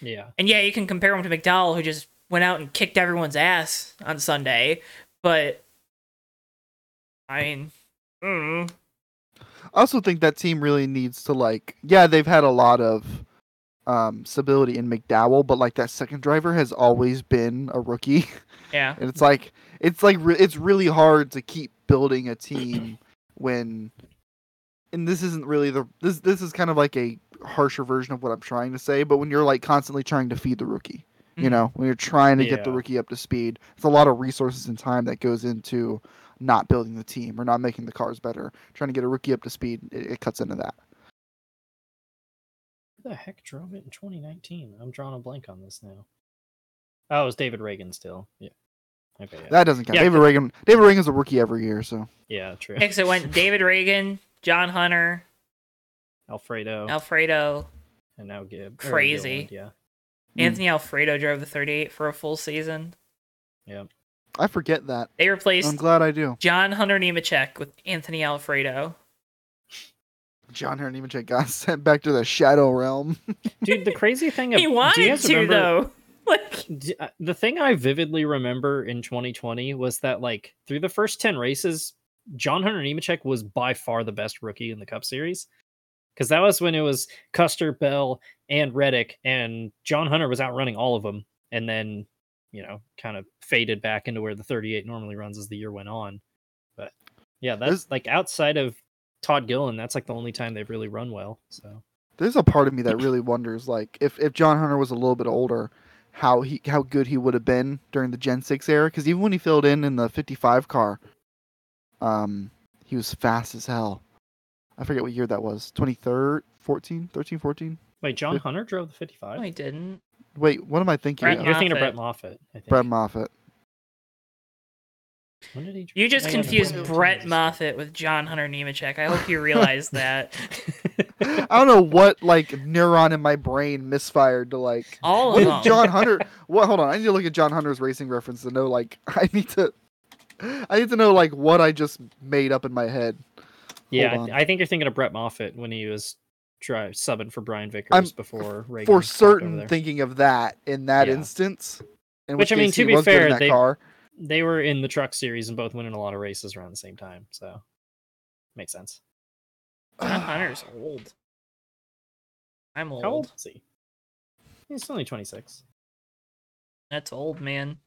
[SPEAKER 1] Yeah.
[SPEAKER 3] and yeah you can compare him to mcdowell who just went out and kicked everyone's ass on sunday but i mean mm,
[SPEAKER 2] I also think that team really needs to like. Yeah, they've had a lot of um, stability in McDowell, but like that second driver has always been a rookie,
[SPEAKER 3] Yeah.
[SPEAKER 2] and it's like it's like re- it's really hard to keep building a team when, and this isn't really the this this is kind of like a harsher version of what I'm trying to say, but when you're like constantly trying to feed the rookie, you
[SPEAKER 3] Mhm.
[SPEAKER 2] know, when you're trying to get
[SPEAKER 1] Mm-hmm.
[SPEAKER 2] the
[SPEAKER 1] Yeah.
[SPEAKER 2] rookie up to speed, it's a lot of resources and time that goes into not building the team or not making the cars better. Trying to get a rookie up to speed, it, it cuts into that.
[SPEAKER 1] Who the heck drove it in 2019? I'm drawing a blank on this now. Oh, it was David Reagan still. Yeah. Okay. Yeah.
[SPEAKER 2] That doesn't count.
[SPEAKER 1] Yeah,
[SPEAKER 2] David Reagan. David Reagan's a rookie every year, so
[SPEAKER 1] yeah true.
[SPEAKER 3] Next, it went David Reagan, John Hunter,
[SPEAKER 1] Alfredo
[SPEAKER 3] Alfredo.
[SPEAKER 1] and now Gibb. or
[SPEAKER 3] Crazy.
[SPEAKER 1] Gilliland, yeah. Hmm.
[SPEAKER 3] Anthony Alfredo drove the 38 for a full season.
[SPEAKER 2] I forget that.
[SPEAKER 3] They replaced
[SPEAKER 2] I'm glad I do.
[SPEAKER 3] John Hunter Nemechek with Anthony Alfredo.
[SPEAKER 2] John Heron even got sent back to the shadow realm.
[SPEAKER 1] Dude, the crazy thing
[SPEAKER 3] He
[SPEAKER 1] ab- do you
[SPEAKER 3] wanted
[SPEAKER 1] guys
[SPEAKER 3] to
[SPEAKER 1] remember-
[SPEAKER 3] though. Like
[SPEAKER 1] D- uh, the thing I vividly remember in 2020 was that like through the first 10 races, John Hunter Nemechek was by far the best rookie in the Cup Series. Because that was when it was Custer, Bell, and Reddick, and John Hunter was outrunning all of them, and then you know kind of faded back into where the 38 normally runs as the year went on. But yeah, that's
[SPEAKER 2] There's-
[SPEAKER 1] like outside of Todd Gillen, that's like the only time they've really run well. So
[SPEAKER 2] There's a part of me that really wonders, like, if if John Hunter was a little bit older, how he how good he would have been during the Gen Six era. Because even when he filled in in the 55 car, um, he was fast as hell. I forget what year that was. 23rd, 14, 13, 14.
[SPEAKER 1] wait, John
[SPEAKER 2] Yeah.
[SPEAKER 1] Hunter drove the 55.
[SPEAKER 3] no, he didn't.
[SPEAKER 2] Wait, what am I thinking?
[SPEAKER 3] Brett
[SPEAKER 2] of?
[SPEAKER 1] You're thinking of Brett
[SPEAKER 3] Moffitt.
[SPEAKER 1] Moffitt. I think.
[SPEAKER 2] Brett Moffitt.
[SPEAKER 1] When did he?
[SPEAKER 3] You just
[SPEAKER 1] Hang on,
[SPEAKER 3] confused
[SPEAKER 1] when-
[SPEAKER 3] Brett Moffitt with John Hunter Nemechek. I hope you realize that.
[SPEAKER 2] I don't know what like neuron in my brain misfired to like
[SPEAKER 3] All
[SPEAKER 2] What
[SPEAKER 3] of
[SPEAKER 2] did
[SPEAKER 3] them.
[SPEAKER 2] John Hunter? What? Hold on. I need to look at John Hunter's racing reference to know. Like, I need to. I need to know like what I just made up in my head.
[SPEAKER 1] yeah,
[SPEAKER 2] Hold
[SPEAKER 1] I-
[SPEAKER 2] on.
[SPEAKER 1] I think you're thinking of Brett Moffitt when he was dri subbing for Brian Vickers
[SPEAKER 2] I'm
[SPEAKER 1] before Reagan popped
[SPEAKER 2] For
[SPEAKER 1] over
[SPEAKER 2] certain,
[SPEAKER 1] there.
[SPEAKER 2] thinking of that in that
[SPEAKER 1] Yeah.
[SPEAKER 2] instance. In
[SPEAKER 1] Which, I mean,
[SPEAKER 2] case
[SPEAKER 1] to
[SPEAKER 2] he
[SPEAKER 1] be
[SPEAKER 2] was good in
[SPEAKER 1] fair,
[SPEAKER 2] that
[SPEAKER 1] they-
[SPEAKER 2] car.
[SPEAKER 1] they were in the truck series and both winning a lot of races around the same time, so makes sense.
[SPEAKER 3] John Hunter's old. I'm old.
[SPEAKER 1] How old is he? He's only 26.
[SPEAKER 3] That's old, man.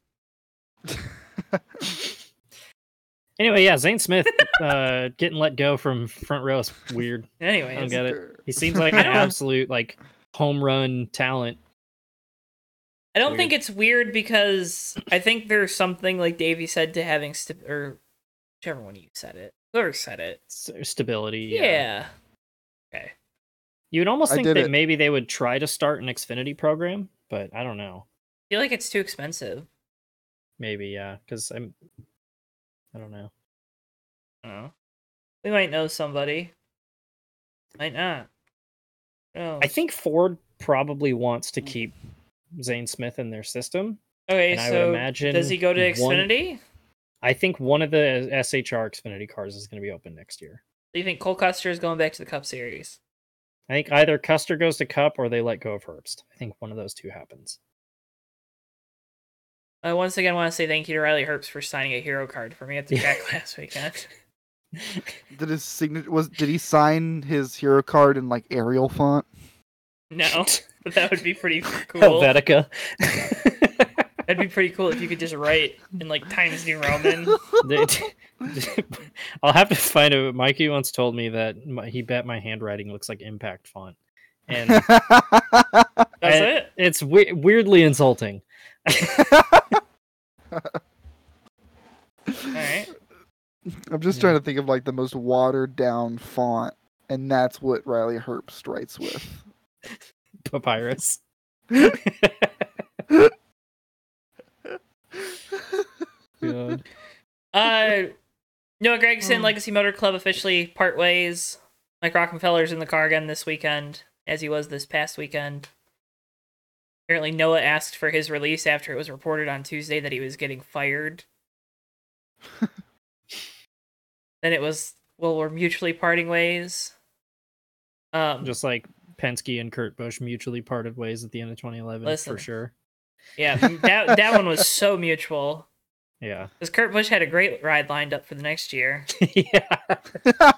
[SPEAKER 1] Anyway, yeah, Zane Smith uh, getting let go from front row is weird. I don't
[SPEAKER 3] Anyways,
[SPEAKER 1] get it. He seems like
[SPEAKER 3] I
[SPEAKER 1] an
[SPEAKER 3] don't-
[SPEAKER 1] absolute like home run talent.
[SPEAKER 3] I don't
[SPEAKER 1] Weird.
[SPEAKER 3] think it's weird because I think there's something like Davey said to having st- or whichever one of you said it. Whoever said it.
[SPEAKER 1] s- Stability. uh,
[SPEAKER 3] Yeah.
[SPEAKER 1] You'd almost
[SPEAKER 2] I
[SPEAKER 1] think
[SPEAKER 2] did
[SPEAKER 1] that
[SPEAKER 2] it.
[SPEAKER 1] maybe they would try to start an Xfinity program, but I don't know.
[SPEAKER 3] I feel like it's too expensive.
[SPEAKER 1] Maybe, yeah, because I'm. I don't know.
[SPEAKER 3] I
[SPEAKER 1] Oh.
[SPEAKER 3] don't know. We might know somebody. Might not. Oh. No.
[SPEAKER 1] I think Ford probably wants to keep Zane Smith in their system.
[SPEAKER 3] Okay,
[SPEAKER 1] And I would
[SPEAKER 3] so
[SPEAKER 1] imagine.
[SPEAKER 3] does he go to
[SPEAKER 1] one-
[SPEAKER 3] Xfinity?
[SPEAKER 1] I think one of the SHR Xfinity cars is going to be open next year.
[SPEAKER 3] Do you think Cole Custer is going back to the Cup Series?
[SPEAKER 1] I think either Custer goes to Cup or they let go of Herbst. I think one of those two happens.
[SPEAKER 3] I once again want to say thank you to Riley Herbst for signing a hero card for me at the track last weekend.
[SPEAKER 2] Did his signature was? Did he sign his hero card in like Arial font?
[SPEAKER 3] No, but that would be pretty cool.
[SPEAKER 1] Helvetica.
[SPEAKER 3] That'd be pretty cool if you could just write in like Times New Roman.
[SPEAKER 1] They- I'll have to find out. Mikey once told me that my, he bet my handwriting looks like Impact font, and
[SPEAKER 3] That's
[SPEAKER 1] I-
[SPEAKER 3] it.
[SPEAKER 1] it's we- weirdly insulting.
[SPEAKER 3] All right.
[SPEAKER 2] I'm just
[SPEAKER 1] Yeah.
[SPEAKER 2] trying to think of like the most watered down font, and that's what Riley Herbst writes with.
[SPEAKER 1] Papyrus. God.
[SPEAKER 3] Uh, Noah Gregson,
[SPEAKER 2] Mm.
[SPEAKER 3] Legacy Motor Club officially part ways. Mike Rockefeller's in the car again this weekend, as he was this past weekend. Apparently, Noah asked for his release after it was reported on Tuesday that he was getting fired. then it was, well, we're mutually parting ways. Um,
[SPEAKER 1] Just like Penske and Kurt Busch mutually parted ways at the end of 2011
[SPEAKER 3] Listen.
[SPEAKER 1] for sure.
[SPEAKER 3] yeah, that that one was so mutual
[SPEAKER 1] Yeah.
[SPEAKER 3] because Kurt Busch had a great ride lined up for the next year.
[SPEAKER 1] yeah.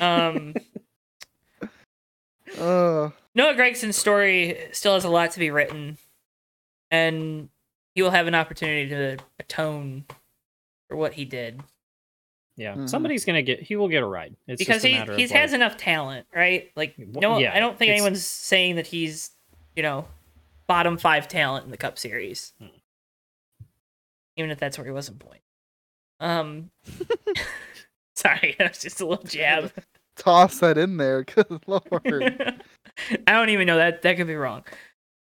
[SPEAKER 3] Um.
[SPEAKER 2] uh,
[SPEAKER 3] Noah Gregson's story still has a lot to be written, and he will have an opportunity to atone for what he did
[SPEAKER 1] Yeah,
[SPEAKER 2] Mhm.
[SPEAKER 1] somebody's gonna get. He will get a ride. It's
[SPEAKER 3] because
[SPEAKER 1] just a
[SPEAKER 3] he
[SPEAKER 1] matter
[SPEAKER 3] he
[SPEAKER 1] of,
[SPEAKER 3] has
[SPEAKER 1] like,
[SPEAKER 3] enough talent, right? Like
[SPEAKER 1] Wha-
[SPEAKER 3] no,
[SPEAKER 1] yeah,
[SPEAKER 3] I don't think
[SPEAKER 1] it's-
[SPEAKER 3] anyone's saying that he's you know bottom five talent in the Cup Series,
[SPEAKER 1] Hmm.
[SPEAKER 3] even if that's where he wasn't point. Um, sorry, that was just a little jab.
[SPEAKER 2] Toss that in there, good lord.
[SPEAKER 3] I don't even know that that could be wrong.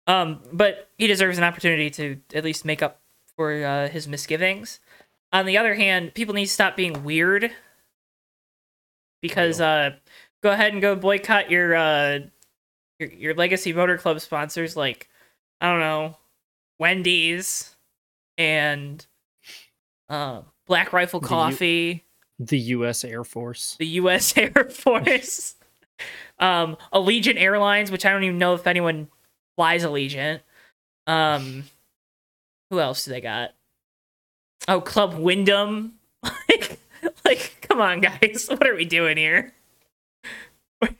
[SPEAKER 3] Um, but he deserves an opportunity to at least make up for uh, his misgivings. On the other hand, people need to stop being weird because uh, go ahead and go boycott your uh, your, your legacy motor club sponsors like I don't know Wendy's and uh, Black Rifle
[SPEAKER 1] The U-
[SPEAKER 3] Coffee
[SPEAKER 1] the U.S. Air Force.
[SPEAKER 3] the U.S. Air Force, um, Allegiant Airlines, which I don't even know if anyone flies Allegiant. Um, who else do they got? Oh, Club Wyndham. like, like, come on, guys, what are we doing here?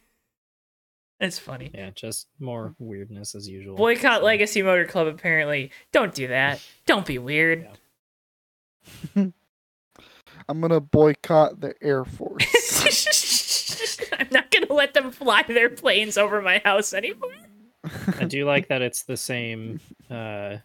[SPEAKER 3] That's funny.
[SPEAKER 1] Yeah, just more weirdness as usual.
[SPEAKER 3] Boycott Legacy Motor Club. Apparently, don't do that. Don't be weird.
[SPEAKER 2] I'm gonna boycott the Air Force.
[SPEAKER 3] I'm not gonna let them fly their planes over my house anymore.
[SPEAKER 1] I do like that it's the same. uh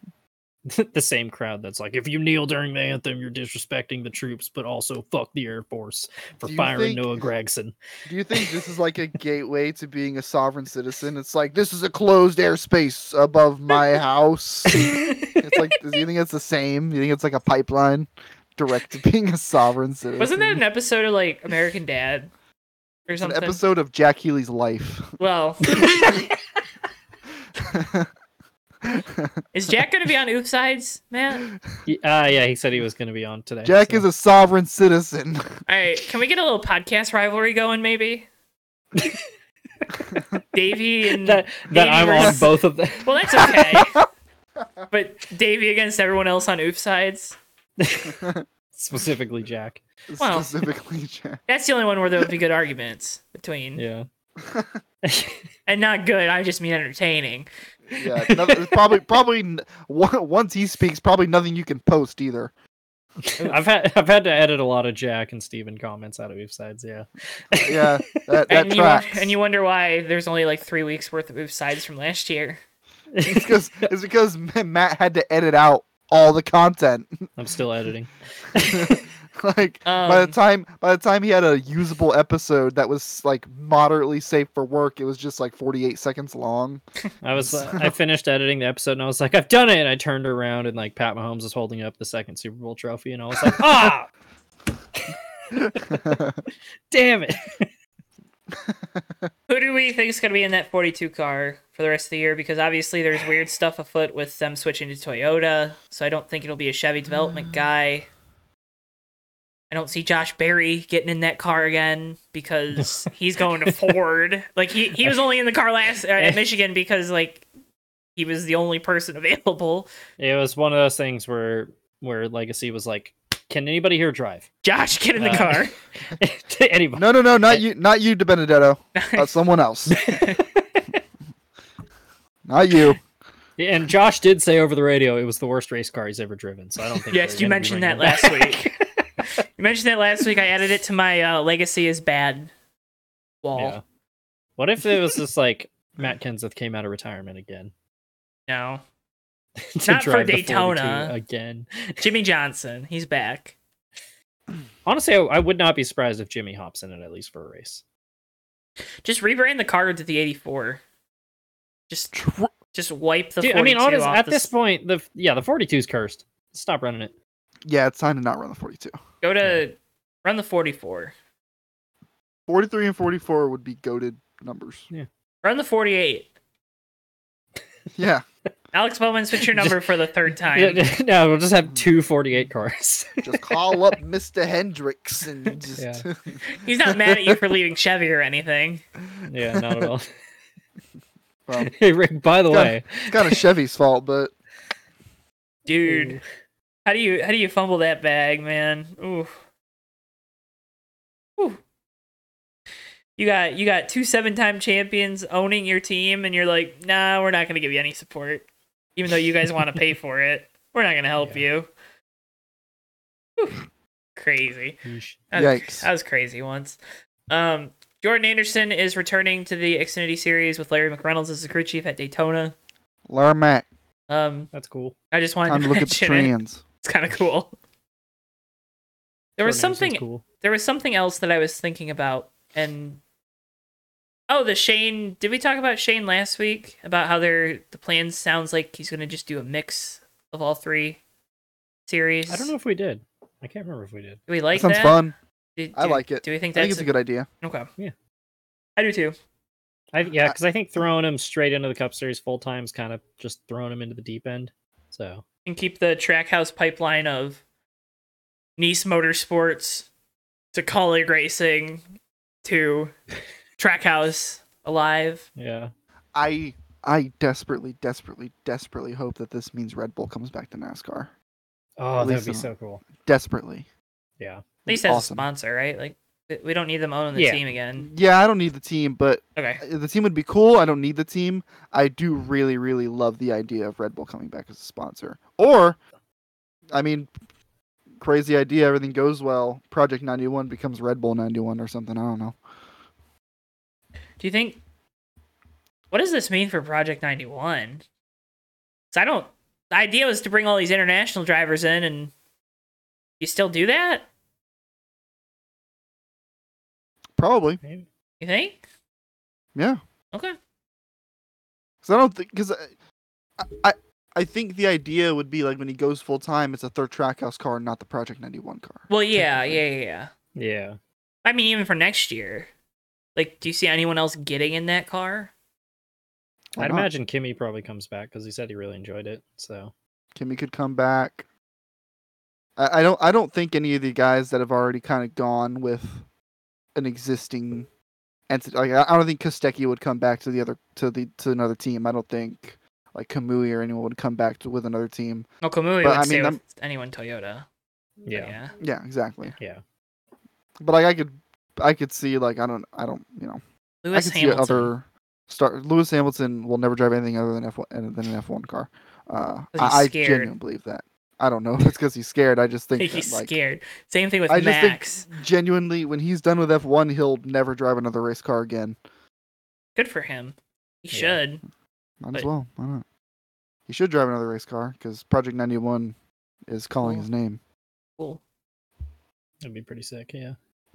[SPEAKER 1] the same crowd that's like, if you kneel during the anthem, you're disrespecting the troops, but also fuck the Air Force for
[SPEAKER 2] Do you
[SPEAKER 1] firing
[SPEAKER 2] think-
[SPEAKER 1] Noah Gregson.
[SPEAKER 2] Do you think this is like a gateway to being a sovereign citizen? It's like this is a closed airspace above my house. It's like do you think it's the same? Do you think it's like a pipeline direct to being a sovereign citizen?
[SPEAKER 3] Wasn't that an episode of like American Dad or
[SPEAKER 2] It's an
[SPEAKER 3] something?
[SPEAKER 2] episode of Jack Healy's life?
[SPEAKER 3] Well, is Jack going to be on Oops Sides, Matt?
[SPEAKER 1] He- Ah, yeah, he said he was going to be on today.
[SPEAKER 2] Jack
[SPEAKER 1] so-
[SPEAKER 2] is a sovereign citizen.
[SPEAKER 3] All right, can we get a little podcast rivalry going, maybe? Davey and
[SPEAKER 1] that that I'm on
[SPEAKER 3] Universe.
[SPEAKER 1] both of them.
[SPEAKER 3] well, that's okay. but Davey against everyone else on Oops Sides.
[SPEAKER 1] specifically Jack.
[SPEAKER 3] Well.
[SPEAKER 2] Specifically, Jack.
[SPEAKER 3] That's the only one where there would be good arguments between,
[SPEAKER 1] Yeah.
[SPEAKER 3] and not good. I just mean entertaining.
[SPEAKER 2] Yeah, noth- probably, probably. n- on- Once he speaks, probably nothing you can post either.
[SPEAKER 1] I've had I've had to edit a lot of Jack and Steven comments out of both sides, yeah.
[SPEAKER 2] Yeah, that, that
[SPEAKER 3] and you won-
[SPEAKER 2] tracks.
[SPEAKER 3] and you wonder why there's only like three weeks worth of Oops Sides from last year.
[SPEAKER 2] It's because it's because Ma- Matt had to edit out all the content.
[SPEAKER 1] I'm still editing.
[SPEAKER 2] like by
[SPEAKER 3] Um,
[SPEAKER 2] the time by the time he had a usable episode that was like moderately safe for work, it was just like 48 seconds long.
[SPEAKER 1] I was uh, I finished editing the episode and I was like, I've done it. And I turned around and like Pat Mahomes was holding up the second Super Bowl trophy and I was like, ah, damn it.
[SPEAKER 3] Who do we think is going to be in that 42 car for the rest of the year? Because obviously there's weird stuff afoot with them switching to Toyota, so I don't think it'll be a Chevy development guy. I don't see Josh Berry getting in that car again because he's going to Ford. Like he, he was only in the car last uh, at Michigan because like he was the only person available.
[SPEAKER 1] It was one of those things where where Legacy was like, Can anybody here drive?
[SPEAKER 3] Josh, get in the
[SPEAKER 1] Uh,
[SPEAKER 3] car.
[SPEAKER 1] to anybody.
[SPEAKER 2] No, no, no, not you, not you, De Benedetto. Uh, someone else. not you.
[SPEAKER 1] And Josh did say over the radio it was the worst race car he's ever driven. So I don't think
[SPEAKER 3] Yes,
[SPEAKER 1] they're
[SPEAKER 3] you
[SPEAKER 1] gonna be
[SPEAKER 3] mentioned that
[SPEAKER 1] bringing
[SPEAKER 3] last
[SPEAKER 1] it back.
[SPEAKER 3] week. you mentioned that last week. I added it to my uh, legacy is bad wall.
[SPEAKER 1] Yeah. What if it was just like Matt Kenseth came out of retirement again?
[SPEAKER 3] No.
[SPEAKER 1] to
[SPEAKER 3] Not for
[SPEAKER 1] drive the 42
[SPEAKER 3] Daytona.
[SPEAKER 1] again.
[SPEAKER 3] Jimmy Johnson, he's back.
[SPEAKER 1] Honestly, I, I would not be surprised if Jimmy hops in it at least for a race.
[SPEAKER 3] Just rebrand the car to the 84. Just just wipe the
[SPEAKER 1] Dude,
[SPEAKER 3] 42
[SPEAKER 1] I mean, honest,
[SPEAKER 3] off
[SPEAKER 1] at
[SPEAKER 3] the-
[SPEAKER 1] this point, the yeah, the 42's cursed. Stop running it.
[SPEAKER 2] Yeah, it's time to not run the 42.
[SPEAKER 3] go to run the 44.
[SPEAKER 2] 43 and 44 would be goaded numbers.
[SPEAKER 3] Run the 48.
[SPEAKER 2] Yeah,
[SPEAKER 3] Alex Bowman switch your number for the third time.
[SPEAKER 1] Yeah, no, we'll just
[SPEAKER 2] Hmm.
[SPEAKER 1] have two 48 cars.
[SPEAKER 2] just call up Mr. Hendricks and just.
[SPEAKER 1] Yeah.
[SPEAKER 3] He's not mad at you for leaving Chevy or anything.
[SPEAKER 1] yeah, not at all.
[SPEAKER 2] Well,
[SPEAKER 1] hey, Rick, by the
[SPEAKER 2] Yeah.
[SPEAKER 1] way,
[SPEAKER 2] it's kind of Chevy's fault, but
[SPEAKER 3] Dude, how do you how do you fumble that bag, man? Ooh. Ooh. you got you got two seven time champions owning your team, and you're like, nah, we're not gonna give you any support, even though you guys want to pay for it. We're not gonna help you. Whew. Crazy.
[SPEAKER 1] Yeesh.
[SPEAKER 3] That was-
[SPEAKER 2] Yikes.
[SPEAKER 3] That was crazy once. Um, Jordan Anderson is returning to the Xfinity series with Larry McReynolds as the crew chief at Daytona.
[SPEAKER 2] Larmac,
[SPEAKER 3] Um,
[SPEAKER 1] That's cool.
[SPEAKER 3] I just wanted
[SPEAKER 2] time
[SPEAKER 3] to
[SPEAKER 2] to look at the
[SPEAKER 3] mention it.
[SPEAKER 2] trans.
[SPEAKER 3] It's kind of cool. There was
[SPEAKER 1] Jordan Anderson's
[SPEAKER 3] something.
[SPEAKER 1] cool.
[SPEAKER 3] There was something else that I was thinking about, and oh, the Shane. Did we talk about Shane last week about how their the plan sounds like he's going to just do a mix of all three series?
[SPEAKER 1] I don't know if we did. I can't remember if we did.
[SPEAKER 3] Do we
[SPEAKER 2] That
[SPEAKER 3] like
[SPEAKER 2] sounds
[SPEAKER 3] that?
[SPEAKER 2] fun.
[SPEAKER 3] Do-
[SPEAKER 2] I
[SPEAKER 3] do-
[SPEAKER 2] like it.
[SPEAKER 3] Do we think
[SPEAKER 2] I think
[SPEAKER 3] that's
[SPEAKER 2] it's a good idea.
[SPEAKER 3] okay?
[SPEAKER 1] Yeah.
[SPEAKER 3] I do too.
[SPEAKER 1] I, yeah,
[SPEAKER 2] Uh, I-
[SPEAKER 1] because I think throwing him straight into the Cup Series full time is kind of just throwing him into the deep end. So
[SPEAKER 3] and keep the trackhouse pipeline of Nice Motorsports to colleague racing to trackhouse alive.
[SPEAKER 1] yeah,
[SPEAKER 2] I I desperately, desperately, desperately hope that this means Red Bull comes back to NASCAR.
[SPEAKER 1] oh,
[SPEAKER 2] At
[SPEAKER 1] that'd
[SPEAKER 2] least
[SPEAKER 1] be
[SPEAKER 2] some-
[SPEAKER 1] so cool.
[SPEAKER 2] Desperately.
[SPEAKER 1] Yeah,
[SPEAKER 3] At least as a
[SPEAKER 2] Awesome.
[SPEAKER 3] sponsor, right? Like th- we don't need them owning the
[SPEAKER 1] Yeah.
[SPEAKER 3] team again.
[SPEAKER 2] Yeah, I don't need the team, but uh,
[SPEAKER 3] Okay.
[SPEAKER 2] the team would be cool. I don't need the team. I do really, really love the idea of Red Bull coming back as a sponsor. Or, I mean, crazy idea. Everything goes well. Project 91 becomes Red Bull 91 or something. I don't know.
[SPEAKER 3] Do you think what does this mean for Project 91? So I don't the idea was to bring all these international drivers in and you still do that?
[SPEAKER 2] Probably.
[SPEAKER 1] maybe.
[SPEAKER 3] You think?
[SPEAKER 2] Yeah.
[SPEAKER 3] Okay.
[SPEAKER 2] Because I don't think because I, I I think the idea would be like when he goes full time, it's a third trackhouse car, not the Project 91 car.
[SPEAKER 3] Well, yeah, yeah, yeah, yeah.
[SPEAKER 1] yeah.
[SPEAKER 3] I mean, even for next year, like, do you see anyone else getting in that car?
[SPEAKER 2] Why
[SPEAKER 1] I'd
[SPEAKER 2] not?
[SPEAKER 1] imagine Kimmy probably comes back because he said he really enjoyed it. So
[SPEAKER 2] Kimmy could come back. I, I don't I don't think any of the guys that have already kind of gone with an existing entity. Like I I don't think Kostecki would come back to the other to the to another team. I don't think like Kamui or anyone would come back to, with another team.
[SPEAKER 3] Well, Kamui
[SPEAKER 2] But,
[SPEAKER 3] would
[SPEAKER 2] I
[SPEAKER 3] stay
[SPEAKER 2] mean,
[SPEAKER 3] with anyone Toyota. but
[SPEAKER 1] yeah,
[SPEAKER 3] yeah.
[SPEAKER 2] Yeah, exactly.
[SPEAKER 1] Yeah.
[SPEAKER 2] But like I could I could see like I don't I don't you know
[SPEAKER 3] Lewis
[SPEAKER 2] I could
[SPEAKER 3] Hamilton.
[SPEAKER 2] see other star. Lewis Hamilton will never drive anything other than F one than an F one car. Uh,
[SPEAKER 3] he's
[SPEAKER 2] I, I
[SPEAKER 3] scared.
[SPEAKER 2] genuinely believe that. I don't know if it's because he's scared. I just
[SPEAKER 3] I
[SPEAKER 2] think
[SPEAKER 3] think
[SPEAKER 2] that,
[SPEAKER 3] he's
[SPEAKER 2] like
[SPEAKER 3] scared. Same thing with
[SPEAKER 2] I just think-
[SPEAKER 3] Max.
[SPEAKER 2] genuinely, when he's done with F one, he'll never drive another race car again.
[SPEAKER 3] Good for him. He
[SPEAKER 1] Yeah.
[SPEAKER 3] should.
[SPEAKER 2] Might as
[SPEAKER 3] But-
[SPEAKER 2] well. Why not? He should drive another race car because Project ninety one is calling
[SPEAKER 3] Cool.
[SPEAKER 2] his name.
[SPEAKER 3] Cool.
[SPEAKER 1] that'd be pretty sick. Yeah,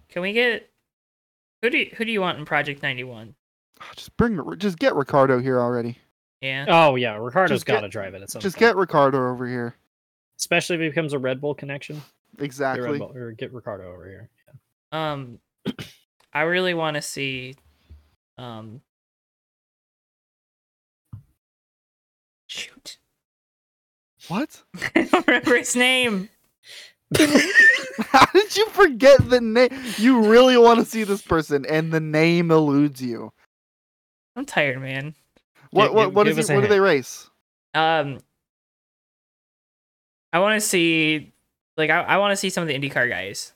[SPEAKER 3] Can we get who do you, who do you want in Project 91?
[SPEAKER 2] Ah, Just bring, just get Ricardo here already.
[SPEAKER 3] Yeah.
[SPEAKER 1] Oh yeah, Ricardo's
[SPEAKER 2] Just get-
[SPEAKER 1] got to drive it at some
[SPEAKER 2] Just
[SPEAKER 1] point.
[SPEAKER 2] get Ricardo over here.
[SPEAKER 1] especially if he becomes a Red Bull connection. Get Red
[SPEAKER 2] Exactly.
[SPEAKER 1] Bull- or get Ricardo over here.
[SPEAKER 3] Um, I really want to see, um, shoot,
[SPEAKER 2] What?
[SPEAKER 3] I don't remember his name.
[SPEAKER 2] How did you forget the name? You really want to see this person, and the name eludes you.
[SPEAKER 3] I'm tired, man.
[SPEAKER 2] What?
[SPEAKER 1] Gi-
[SPEAKER 2] What?
[SPEAKER 1] give-
[SPEAKER 2] What
[SPEAKER 1] give
[SPEAKER 2] is
[SPEAKER 1] us
[SPEAKER 2] it?
[SPEAKER 1] a
[SPEAKER 2] What do they race?
[SPEAKER 3] Um, I want to see, like, I, I want to see some of the IndyCar guys,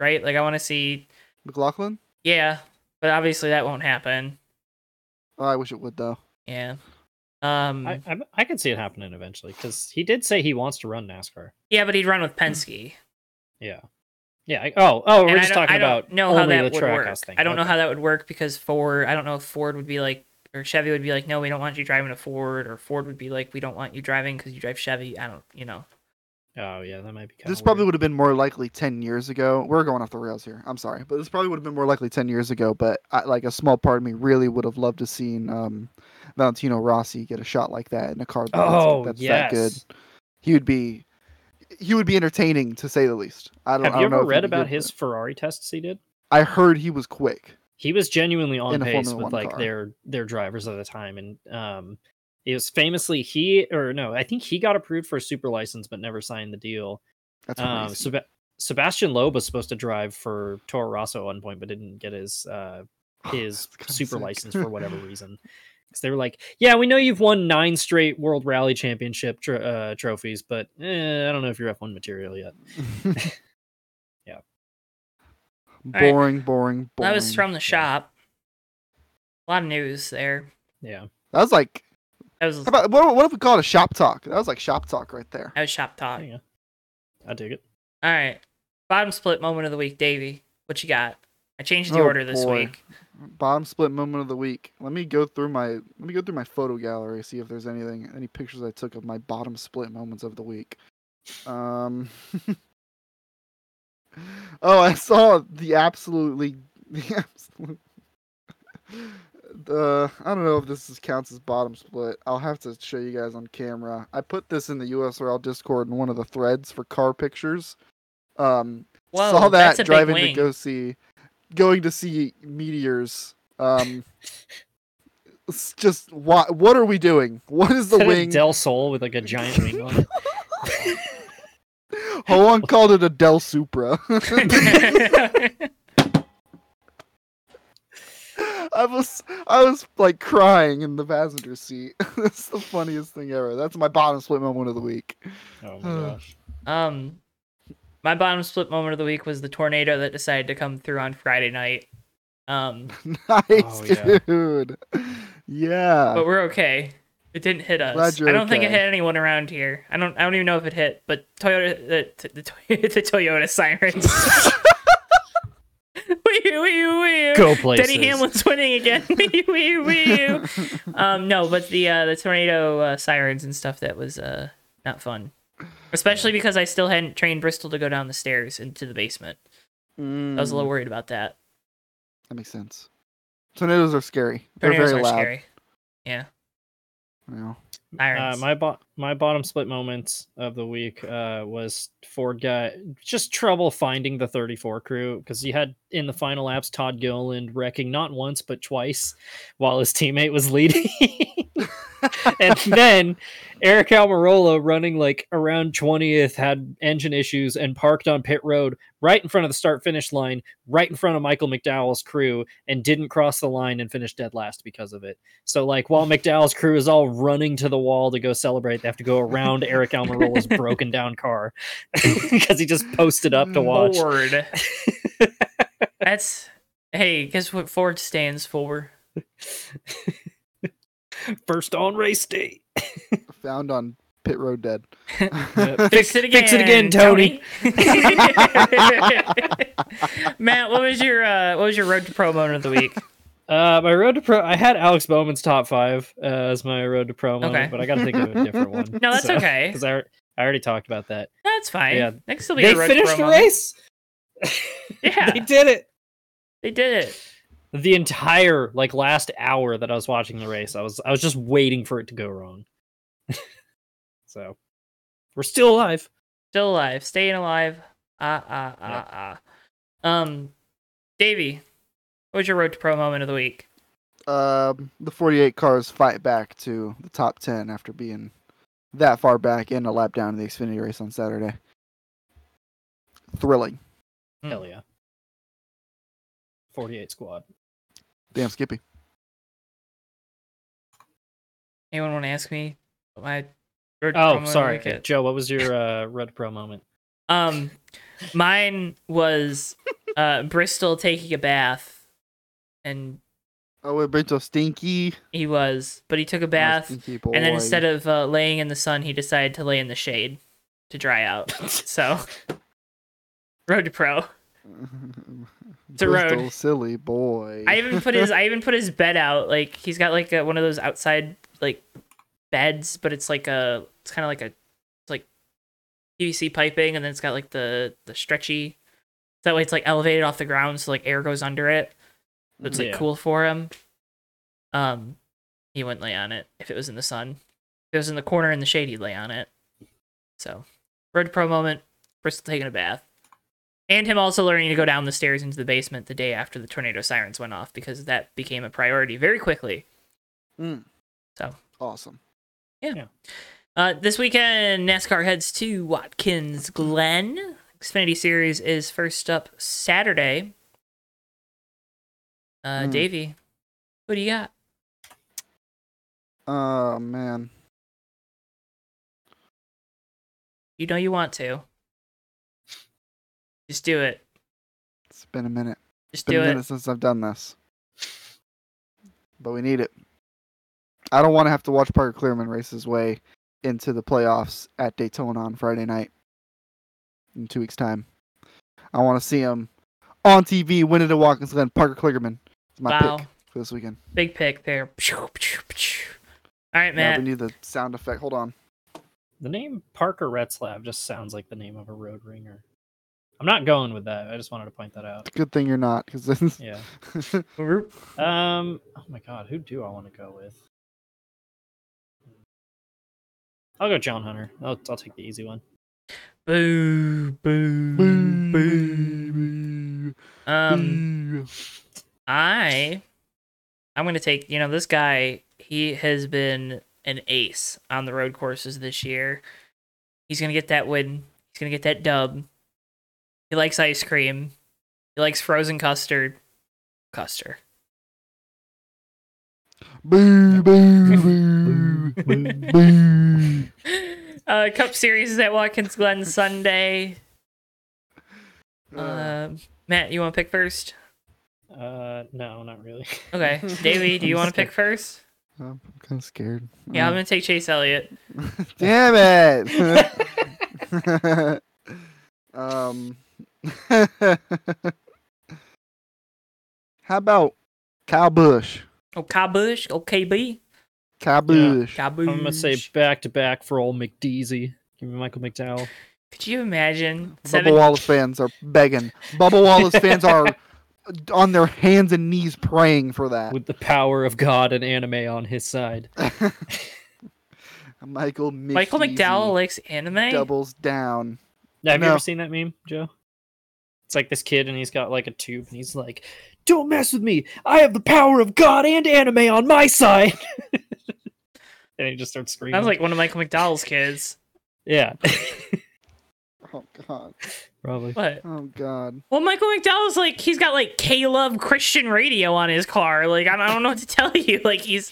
[SPEAKER 3] right? Like, I want to see,
[SPEAKER 2] McLaughlin?
[SPEAKER 3] yeah, but obviously that won't happen.
[SPEAKER 2] Oh, I wish it would though.
[SPEAKER 3] Yeah.
[SPEAKER 2] Mm-hmm.
[SPEAKER 3] Um,
[SPEAKER 1] I, I I can see it happening eventually because he did say he wants to run NASCAR.
[SPEAKER 3] yeah, but he'd run with Penske.
[SPEAKER 1] Yeah, yeah. I, oh oh, we're
[SPEAKER 3] And I
[SPEAKER 1] just
[SPEAKER 3] don't-
[SPEAKER 1] talking
[SPEAKER 3] I don't
[SPEAKER 1] about
[SPEAKER 3] know how
[SPEAKER 1] only
[SPEAKER 3] that
[SPEAKER 1] the
[SPEAKER 3] would
[SPEAKER 1] track
[SPEAKER 3] work.
[SPEAKER 1] house thing.
[SPEAKER 3] I don't know
[SPEAKER 1] Okay.
[SPEAKER 3] how that would work because Ford. I don't know if Ford would be like, or Chevy would be like, no, we don't want you driving a Ford, or Ford would be like, we don't want you driving because you drive Chevy. I don't, you know.
[SPEAKER 1] Oh yeah, that might be. Kind
[SPEAKER 2] This probably would have been more likely ten years ago. We're going off the rails here. I'm sorry, but this probably would have been more likely ten years ago. But I, like a small part of me really would have loved to seen um, Valentino Rossi get a shot like that in a car. That's,
[SPEAKER 1] Oh
[SPEAKER 2] that's
[SPEAKER 1] yes.
[SPEAKER 2] that good. He would be, he would be entertaining to say the least. I don't.
[SPEAKER 1] Have
[SPEAKER 2] I
[SPEAKER 1] you
[SPEAKER 2] don't know
[SPEAKER 1] ever
[SPEAKER 2] if
[SPEAKER 1] read
[SPEAKER 2] he'd be
[SPEAKER 1] about
[SPEAKER 2] good,
[SPEAKER 1] his Ferrari tests he did?
[SPEAKER 2] but I heard he was quick.
[SPEAKER 1] he was genuinely on
[SPEAKER 2] In a
[SPEAKER 1] pace
[SPEAKER 2] Formula
[SPEAKER 1] with
[SPEAKER 2] One
[SPEAKER 1] like
[SPEAKER 2] car.
[SPEAKER 1] their their drivers at the time and um it was famously he or no i think he got approved for a super license but never signed the deal
[SPEAKER 2] That's
[SPEAKER 1] um
[SPEAKER 2] crazy.
[SPEAKER 1] Seb- sebastian loeb was supposed to drive for toro rosso at one point but didn't get his uh his
[SPEAKER 2] That's kinda
[SPEAKER 1] super
[SPEAKER 2] sick.
[SPEAKER 1] license for whatever reason because they were like yeah we know you've won nine straight world rally championship tro- uh, trophies but eh, i don't know if you're f1 material yet Yeah.
[SPEAKER 2] Boring, boring, boring.
[SPEAKER 3] That was from the shop. A lot of news there.
[SPEAKER 1] Yeah.
[SPEAKER 2] That was like,
[SPEAKER 3] That was
[SPEAKER 2] how about what, what if we call it a shop talk? That was like shop talk right there.
[SPEAKER 3] that was shop talk.
[SPEAKER 1] There you go. I dig it.
[SPEAKER 3] All right. Bottom split moment of the week, Davey. What you got? I changed the
[SPEAKER 2] Oh,
[SPEAKER 3] order this
[SPEAKER 2] boy.
[SPEAKER 3] week.
[SPEAKER 2] Bottom split moment of the week. Let me go through my let me go through my photo gallery see if there's anything any pictures I took of my bottom split moments of the week. Um. oh, I saw the absolutely the absolute. The I don't know if this is counts as bottom split. I'll have to show you guys on camera. I put this in the USRL Discord in one of the threads for car pictures. Um,
[SPEAKER 3] Whoa,
[SPEAKER 2] saw that
[SPEAKER 3] that's a
[SPEAKER 2] driving
[SPEAKER 3] big
[SPEAKER 2] to
[SPEAKER 3] wing.
[SPEAKER 2] go see going to see meteors um it's just what what are we doing what is the
[SPEAKER 1] Is that a
[SPEAKER 2] wing
[SPEAKER 1] Del Sol with like a giant wing on it.
[SPEAKER 2] Hoang called it a del supra i was i was like crying in the passenger seat that's the funniest thing ever that's my bottom split moment of the week
[SPEAKER 1] Oh my
[SPEAKER 2] Uh.
[SPEAKER 1] gosh.
[SPEAKER 3] um, my bottom split moment of the week was the tornado that decided to come through on Friday night. Um,
[SPEAKER 2] nice
[SPEAKER 1] Oh, yeah.
[SPEAKER 2] dude yeah
[SPEAKER 3] but we're okay. It didn't hit
[SPEAKER 2] Glad
[SPEAKER 3] us.
[SPEAKER 2] you're
[SPEAKER 3] I don't think it
[SPEAKER 2] okay.
[SPEAKER 3] hit anyone around here. I don't. I don't even know if it hit. But Toyota, uh, the the, Toy- the Toyota sirens. wee wee wee.
[SPEAKER 1] Go places.
[SPEAKER 3] Denny Hamlin's winning again. Wee, wee, wee. um, no, but the uh, the tornado uh, sirens and stuff that was uh, not fun, especially because I still hadn't trained Bristol to go down the stairs into the basement. I was a little worried about that.
[SPEAKER 2] Mm, that makes sense tornadoes are scary they're
[SPEAKER 3] Tornadoes
[SPEAKER 2] very
[SPEAKER 3] are
[SPEAKER 2] loud
[SPEAKER 3] scary.
[SPEAKER 2] you know.
[SPEAKER 3] Sirens.
[SPEAKER 1] Uh, my bo- my bottom split moment of the week uh, was Ford guy just trouble finding the 34 crew because you had in the final laps Todd Gilliland wrecking not once but twice while his teammate was leading, and then Eric Almirola running like around 20th had engine issues and parked on pit road right in front of the start finish line, right in front of Michael McDowell's crew, and didn't cross the line and finished dead last because of it. So like while McDowell's crew is all running to the wall to go celebrate, they have to go around Eric Almirola's broken down car because he just posted up to watch.
[SPEAKER 3] Ford. That's hey, guess what Ford stands for?
[SPEAKER 1] First on race day.
[SPEAKER 2] found on pit road dead
[SPEAKER 3] Fix it again.
[SPEAKER 1] Fix it again, Tony.
[SPEAKER 3] Tony. Matt, what was your uh, what was your road to pro moment of the week?
[SPEAKER 1] Uh, my road to pro. I had Alex Bowman's top five uh, as my road to pro moment,
[SPEAKER 3] Okay.
[SPEAKER 1] but I got to think of a different one.
[SPEAKER 3] No, that's okay.
[SPEAKER 1] because I, I already talked about that.
[SPEAKER 3] That's fine.
[SPEAKER 1] Yeah.
[SPEAKER 3] That could still be
[SPEAKER 1] They
[SPEAKER 3] a road to
[SPEAKER 1] finished
[SPEAKER 3] pro
[SPEAKER 1] the
[SPEAKER 3] moment.
[SPEAKER 1] race.
[SPEAKER 3] Yeah,
[SPEAKER 1] They
[SPEAKER 3] they,
[SPEAKER 1] did it.
[SPEAKER 3] did it.
[SPEAKER 1] the entire like last hour that I was watching the race, I was I was just waiting for it to go wrong. so we're still alive.
[SPEAKER 3] Still alive, staying alive. Ah ah ah ah. Um, Davey, what was your road to pro moment of the week?
[SPEAKER 2] um, the 48 cars fight back to the top 10 after being that far back in a lap down in the Xfinity race on Saturday. Thrilling.
[SPEAKER 3] Hmm.
[SPEAKER 1] Hell yeah. Forty eight squad.
[SPEAKER 2] Damn Skippy.
[SPEAKER 3] Anyone want to ask me what my road to pro
[SPEAKER 1] Oh,
[SPEAKER 3] moment of the
[SPEAKER 1] sorry.
[SPEAKER 3] week is?
[SPEAKER 1] Joe, what was your uh red pro moment?
[SPEAKER 3] Um, mine was uh Bristol taking a bath, and
[SPEAKER 2] Oh, it brings so stinky.
[SPEAKER 3] he was, but he took a bath, and then instead of uh, laying in the sun, he decided to lay in the shade to dry out. so, road to pro.
[SPEAKER 2] it's
[SPEAKER 3] a road.
[SPEAKER 2] silly boy.
[SPEAKER 3] I even put his I even put his bed out. Like he's got like a, one of those outside like beds, but it's like a it's kind of like a it's like PVC piping, and then it's got like the the stretchy. That way, it's like elevated off the ground, so like air goes under it. So it's like
[SPEAKER 1] Yeah.
[SPEAKER 3] cool for him. Um, he wouldn't lay on it if it was in the sun. If it was in the corner in the shade, he'd lay on it. So, road to pro moment. Bristol taking a bath. And him also learning to go down the stairs into the basement the day after the tornado sirens went off because that became a priority very quickly.
[SPEAKER 2] Mm.
[SPEAKER 3] So.
[SPEAKER 2] Awesome.
[SPEAKER 3] Uh, this weekend, NASCAR heads to Watkins Glen. Xfinity Series is first up Saturday. Uh,
[SPEAKER 2] Hmm.
[SPEAKER 3] Davey, what do you got?
[SPEAKER 2] Oh, man.
[SPEAKER 3] You know you want to. Just do it.
[SPEAKER 2] It's been a minute. It's
[SPEAKER 3] Just
[SPEAKER 2] been
[SPEAKER 3] do
[SPEAKER 2] a
[SPEAKER 3] it.
[SPEAKER 2] minute since I've done this. but we need it. I don't want to have to watch Parker Clearman race his way into the playoffs at Daytona on Friday night in two weeks' time. I want to see him on TV winning at Watkins Glen. Parker Clearman is my
[SPEAKER 3] wow.
[SPEAKER 2] pick for this weekend.
[SPEAKER 3] Big pick there. All right,
[SPEAKER 2] Now
[SPEAKER 3] Matt.
[SPEAKER 2] we need the sound effect. Hold on.
[SPEAKER 1] The name Parker Retzlav just sounds like the name of a road ringer. I'm not going with that. I just wanted to point that out.
[SPEAKER 2] Good thing you're not, because this is.
[SPEAKER 1] Yeah.
[SPEAKER 3] Roop.
[SPEAKER 1] Um. Oh my God. Who do I want to go with? I'll go John Hunter. I'll, I'll take the easy one.
[SPEAKER 3] Boo, boo, boo, Um, I, I'm gonna take. You know, this guy. He has been an ace on the road courses this year. He's gonna get that win. He's gonna get that dub. He likes ice cream. He likes frozen custard. Custer.
[SPEAKER 2] Boo, boo, boo, boo.
[SPEAKER 3] uh, Cup Series is at Watkins Glen Sunday.
[SPEAKER 2] Uh,
[SPEAKER 3] Uh, Matt, you want to pick first?
[SPEAKER 1] Uh. No, not really.
[SPEAKER 3] Okay. Davey, do you
[SPEAKER 2] I'm
[SPEAKER 3] want to pick first?
[SPEAKER 2] I'm kind of scared.
[SPEAKER 1] Mm-hmm.
[SPEAKER 3] Yeah, I'm gonna take Chase Elliott.
[SPEAKER 2] Damn it! um, how about Kyle Bush?
[SPEAKER 3] Oh, Kabush. Oh, KB.
[SPEAKER 2] Kyle Bush.
[SPEAKER 3] Kabush.
[SPEAKER 1] I'm gonna say back to back for old McDeezy. Give me Michael McDowell.
[SPEAKER 3] Could you imagine?
[SPEAKER 2] Bubba
[SPEAKER 3] Seven.
[SPEAKER 2] Wallace fans are begging. Bubba Wallace fans are on their hands and knees praying for
[SPEAKER 3] Uh,
[SPEAKER 2] that.
[SPEAKER 1] with the power of God and anime on his side.
[SPEAKER 2] Michael Mick
[SPEAKER 3] Michael McDowell likes anime.
[SPEAKER 2] doubles down.
[SPEAKER 1] Have you
[SPEAKER 2] No.
[SPEAKER 1] ever seen that meme, Joe? It's like this kid and he's got like a tube and he's like, "Don't mess with me. I have the power of God and anime on my side." and he just starts screaming.
[SPEAKER 3] Sounds like one of Michael McDowell's kids.
[SPEAKER 1] "Yeah,
[SPEAKER 2] Oh god.
[SPEAKER 1] probably."
[SPEAKER 3] What?
[SPEAKER 2] Oh god.
[SPEAKER 3] Well, Michael McDowell's like he's got like K Love Christian radio on his car. Like I don't, I don't know what to tell you. Like he's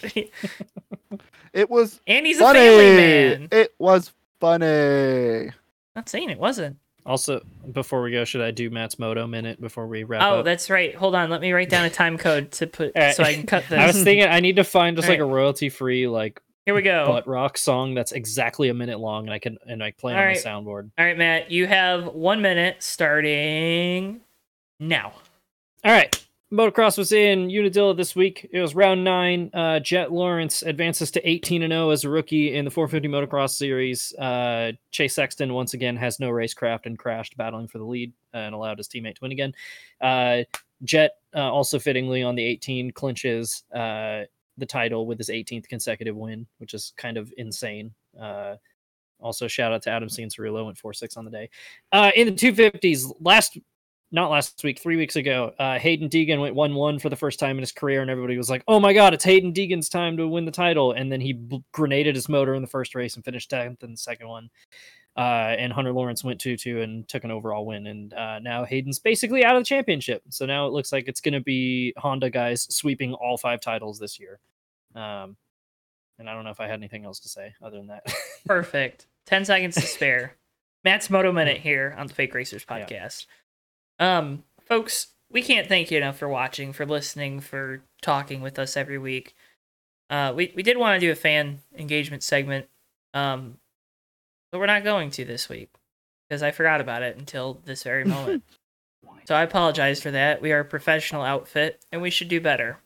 [SPEAKER 2] It was
[SPEAKER 3] and he's a
[SPEAKER 2] funny.
[SPEAKER 3] family man.
[SPEAKER 2] It was funny.
[SPEAKER 3] Not saying it wasn't.
[SPEAKER 1] Also, before we go, should I do Matt's moto minute before we wrap
[SPEAKER 3] Oh,
[SPEAKER 1] up?
[SPEAKER 3] that's right. Hold on. Let me write down a time code to put
[SPEAKER 1] All right.
[SPEAKER 3] so I can cut this.
[SPEAKER 1] I was thinking I need to find just like
[SPEAKER 3] Alright.
[SPEAKER 1] a royalty free like
[SPEAKER 3] Here we go.
[SPEAKER 1] butt rock song that's exactly a minute long and I can and I play it on
[SPEAKER 3] Alright.
[SPEAKER 1] my soundboard.
[SPEAKER 3] All right, Matt, you have one minute starting now.
[SPEAKER 1] All right. Motocross was in Unadilla this week. It was round nine. Uh, Jet Lawrence advances to 18 and 0 as a rookie in the 450 Motocross series. Uh, Chase Sexton once again has no racecraft and crashed, battling for the lead uh, and allowed his teammate to win again. Uh, Jet uh, also fittingly on the 18 clinches uh, the title with his 18th consecutive win, which is kind of insane. Uh, also, shout out to Adam Ciancerulo, went 4 6 on the day. Uh, in the 250s, last not last week, three weeks ago, uh, Hayden Deegan went 1 1 for the first time in his career, and everybody was like, oh my God, it's Hayden Deegan's time to win the title. And then he bl- grenaded his motor in the first race and finished 10th in the second one. Uh, and Hunter Lawrence went 2 2 and took an overall win. And uh, now Hayden's basically out of the championship. So now it looks like it's going to be Honda guys sweeping all five titles this year. Um, and I don't know if I had anything else to say other than that.
[SPEAKER 3] Perfect. 10 seconds to spare. Matt's Moto Minute here on the Fake Racers
[SPEAKER 1] Yeah.
[SPEAKER 3] podcast. Um, folks, we can't thank you enough for watching, for listening, for talking with us every week. Uh, we, we did want to do a fan engagement segment, um, but we're not going to this week because I forgot about it until this very moment. so I apologize for that. We are a professional outfit and we should do better.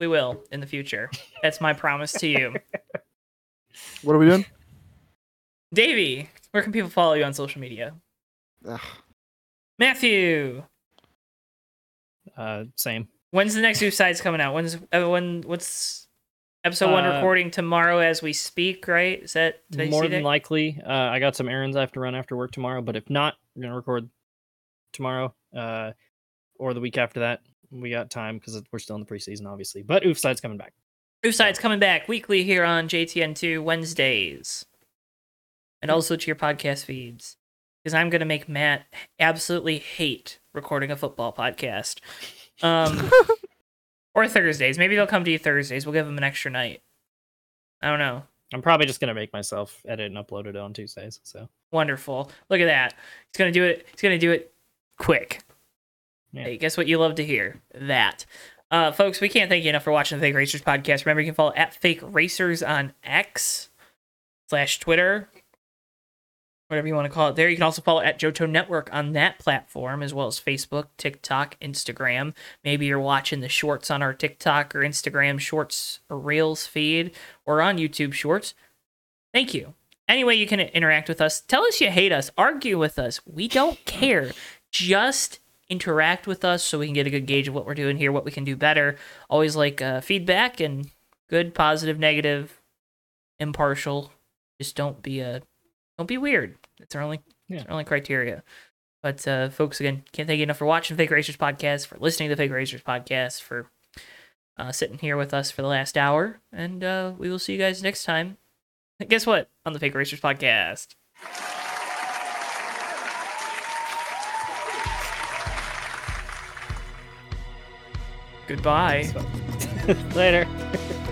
[SPEAKER 3] We will in the future. That's my promise to you.
[SPEAKER 2] What are we doing?
[SPEAKER 3] Davey, where can people follow you on social media?
[SPEAKER 2] Ugh.
[SPEAKER 3] Matthew,
[SPEAKER 1] uh, same.
[SPEAKER 3] when's the next Oofside's coming out? When's uh, when? What's episode one
[SPEAKER 1] Uh,
[SPEAKER 3] recording tomorrow as we speak? Right? Is that today's
[SPEAKER 1] more
[SPEAKER 3] due
[SPEAKER 1] than
[SPEAKER 3] date?
[SPEAKER 1] likely uh, i got some errands i have to run after work tomorrow but if not i'm gonna record tomorrow uh, or the week after that we got time because we're still in the preseason obviously but oof side's coming back
[SPEAKER 3] Oofside's coming back weekly here on JTN2 Wednesdays, and also to your podcast feeds because I'm gonna make Matt absolutely hate recording a football podcast. Um, or Thursdays. Maybe they'll come to you Thursdays. We'll give them an extra night. I don't know.
[SPEAKER 1] i'm probably just gonna make myself edit and upload it on tuesdays so
[SPEAKER 3] Wonderful. Look at that. He's gonna do it. He's gonna do it quick.
[SPEAKER 1] Yeah.
[SPEAKER 3] Hey, guess what you love to hear? That. Uh, folks, we can't thank you enough for watching the Fake Racers podcast. Remember, you can follow at Fake Racers on X slash Twitter, whatever you want to call it. There, you can also follow at Johto Network on that platform, as well as Facebook, TikTok, Instagram. Maybe you're watching the shorts on our TikTok or Instagram Shorts or Reels feed, or on YouTube Shorts. Thank you. Anyway, you can interact with us. Tell us you hate us. Argue with us. We don't care. Just interact with us so we can get a good gauge of what we're doing here, what we can do better. Always like uh, feedback and good, positive, negative, impartial. Just don't be a don't be weird. That's our only that's our only criteria. But uh, folks, again, can't thank you enough for watching Fake Racers podcast, for listening to the Fake Racers podcast, for uh, sitting here with us for the last hour, and uh, we will see you guys next time. And guess what? On the Fake Racers podcast. Goodbye.
[SPEAKER 1] Later.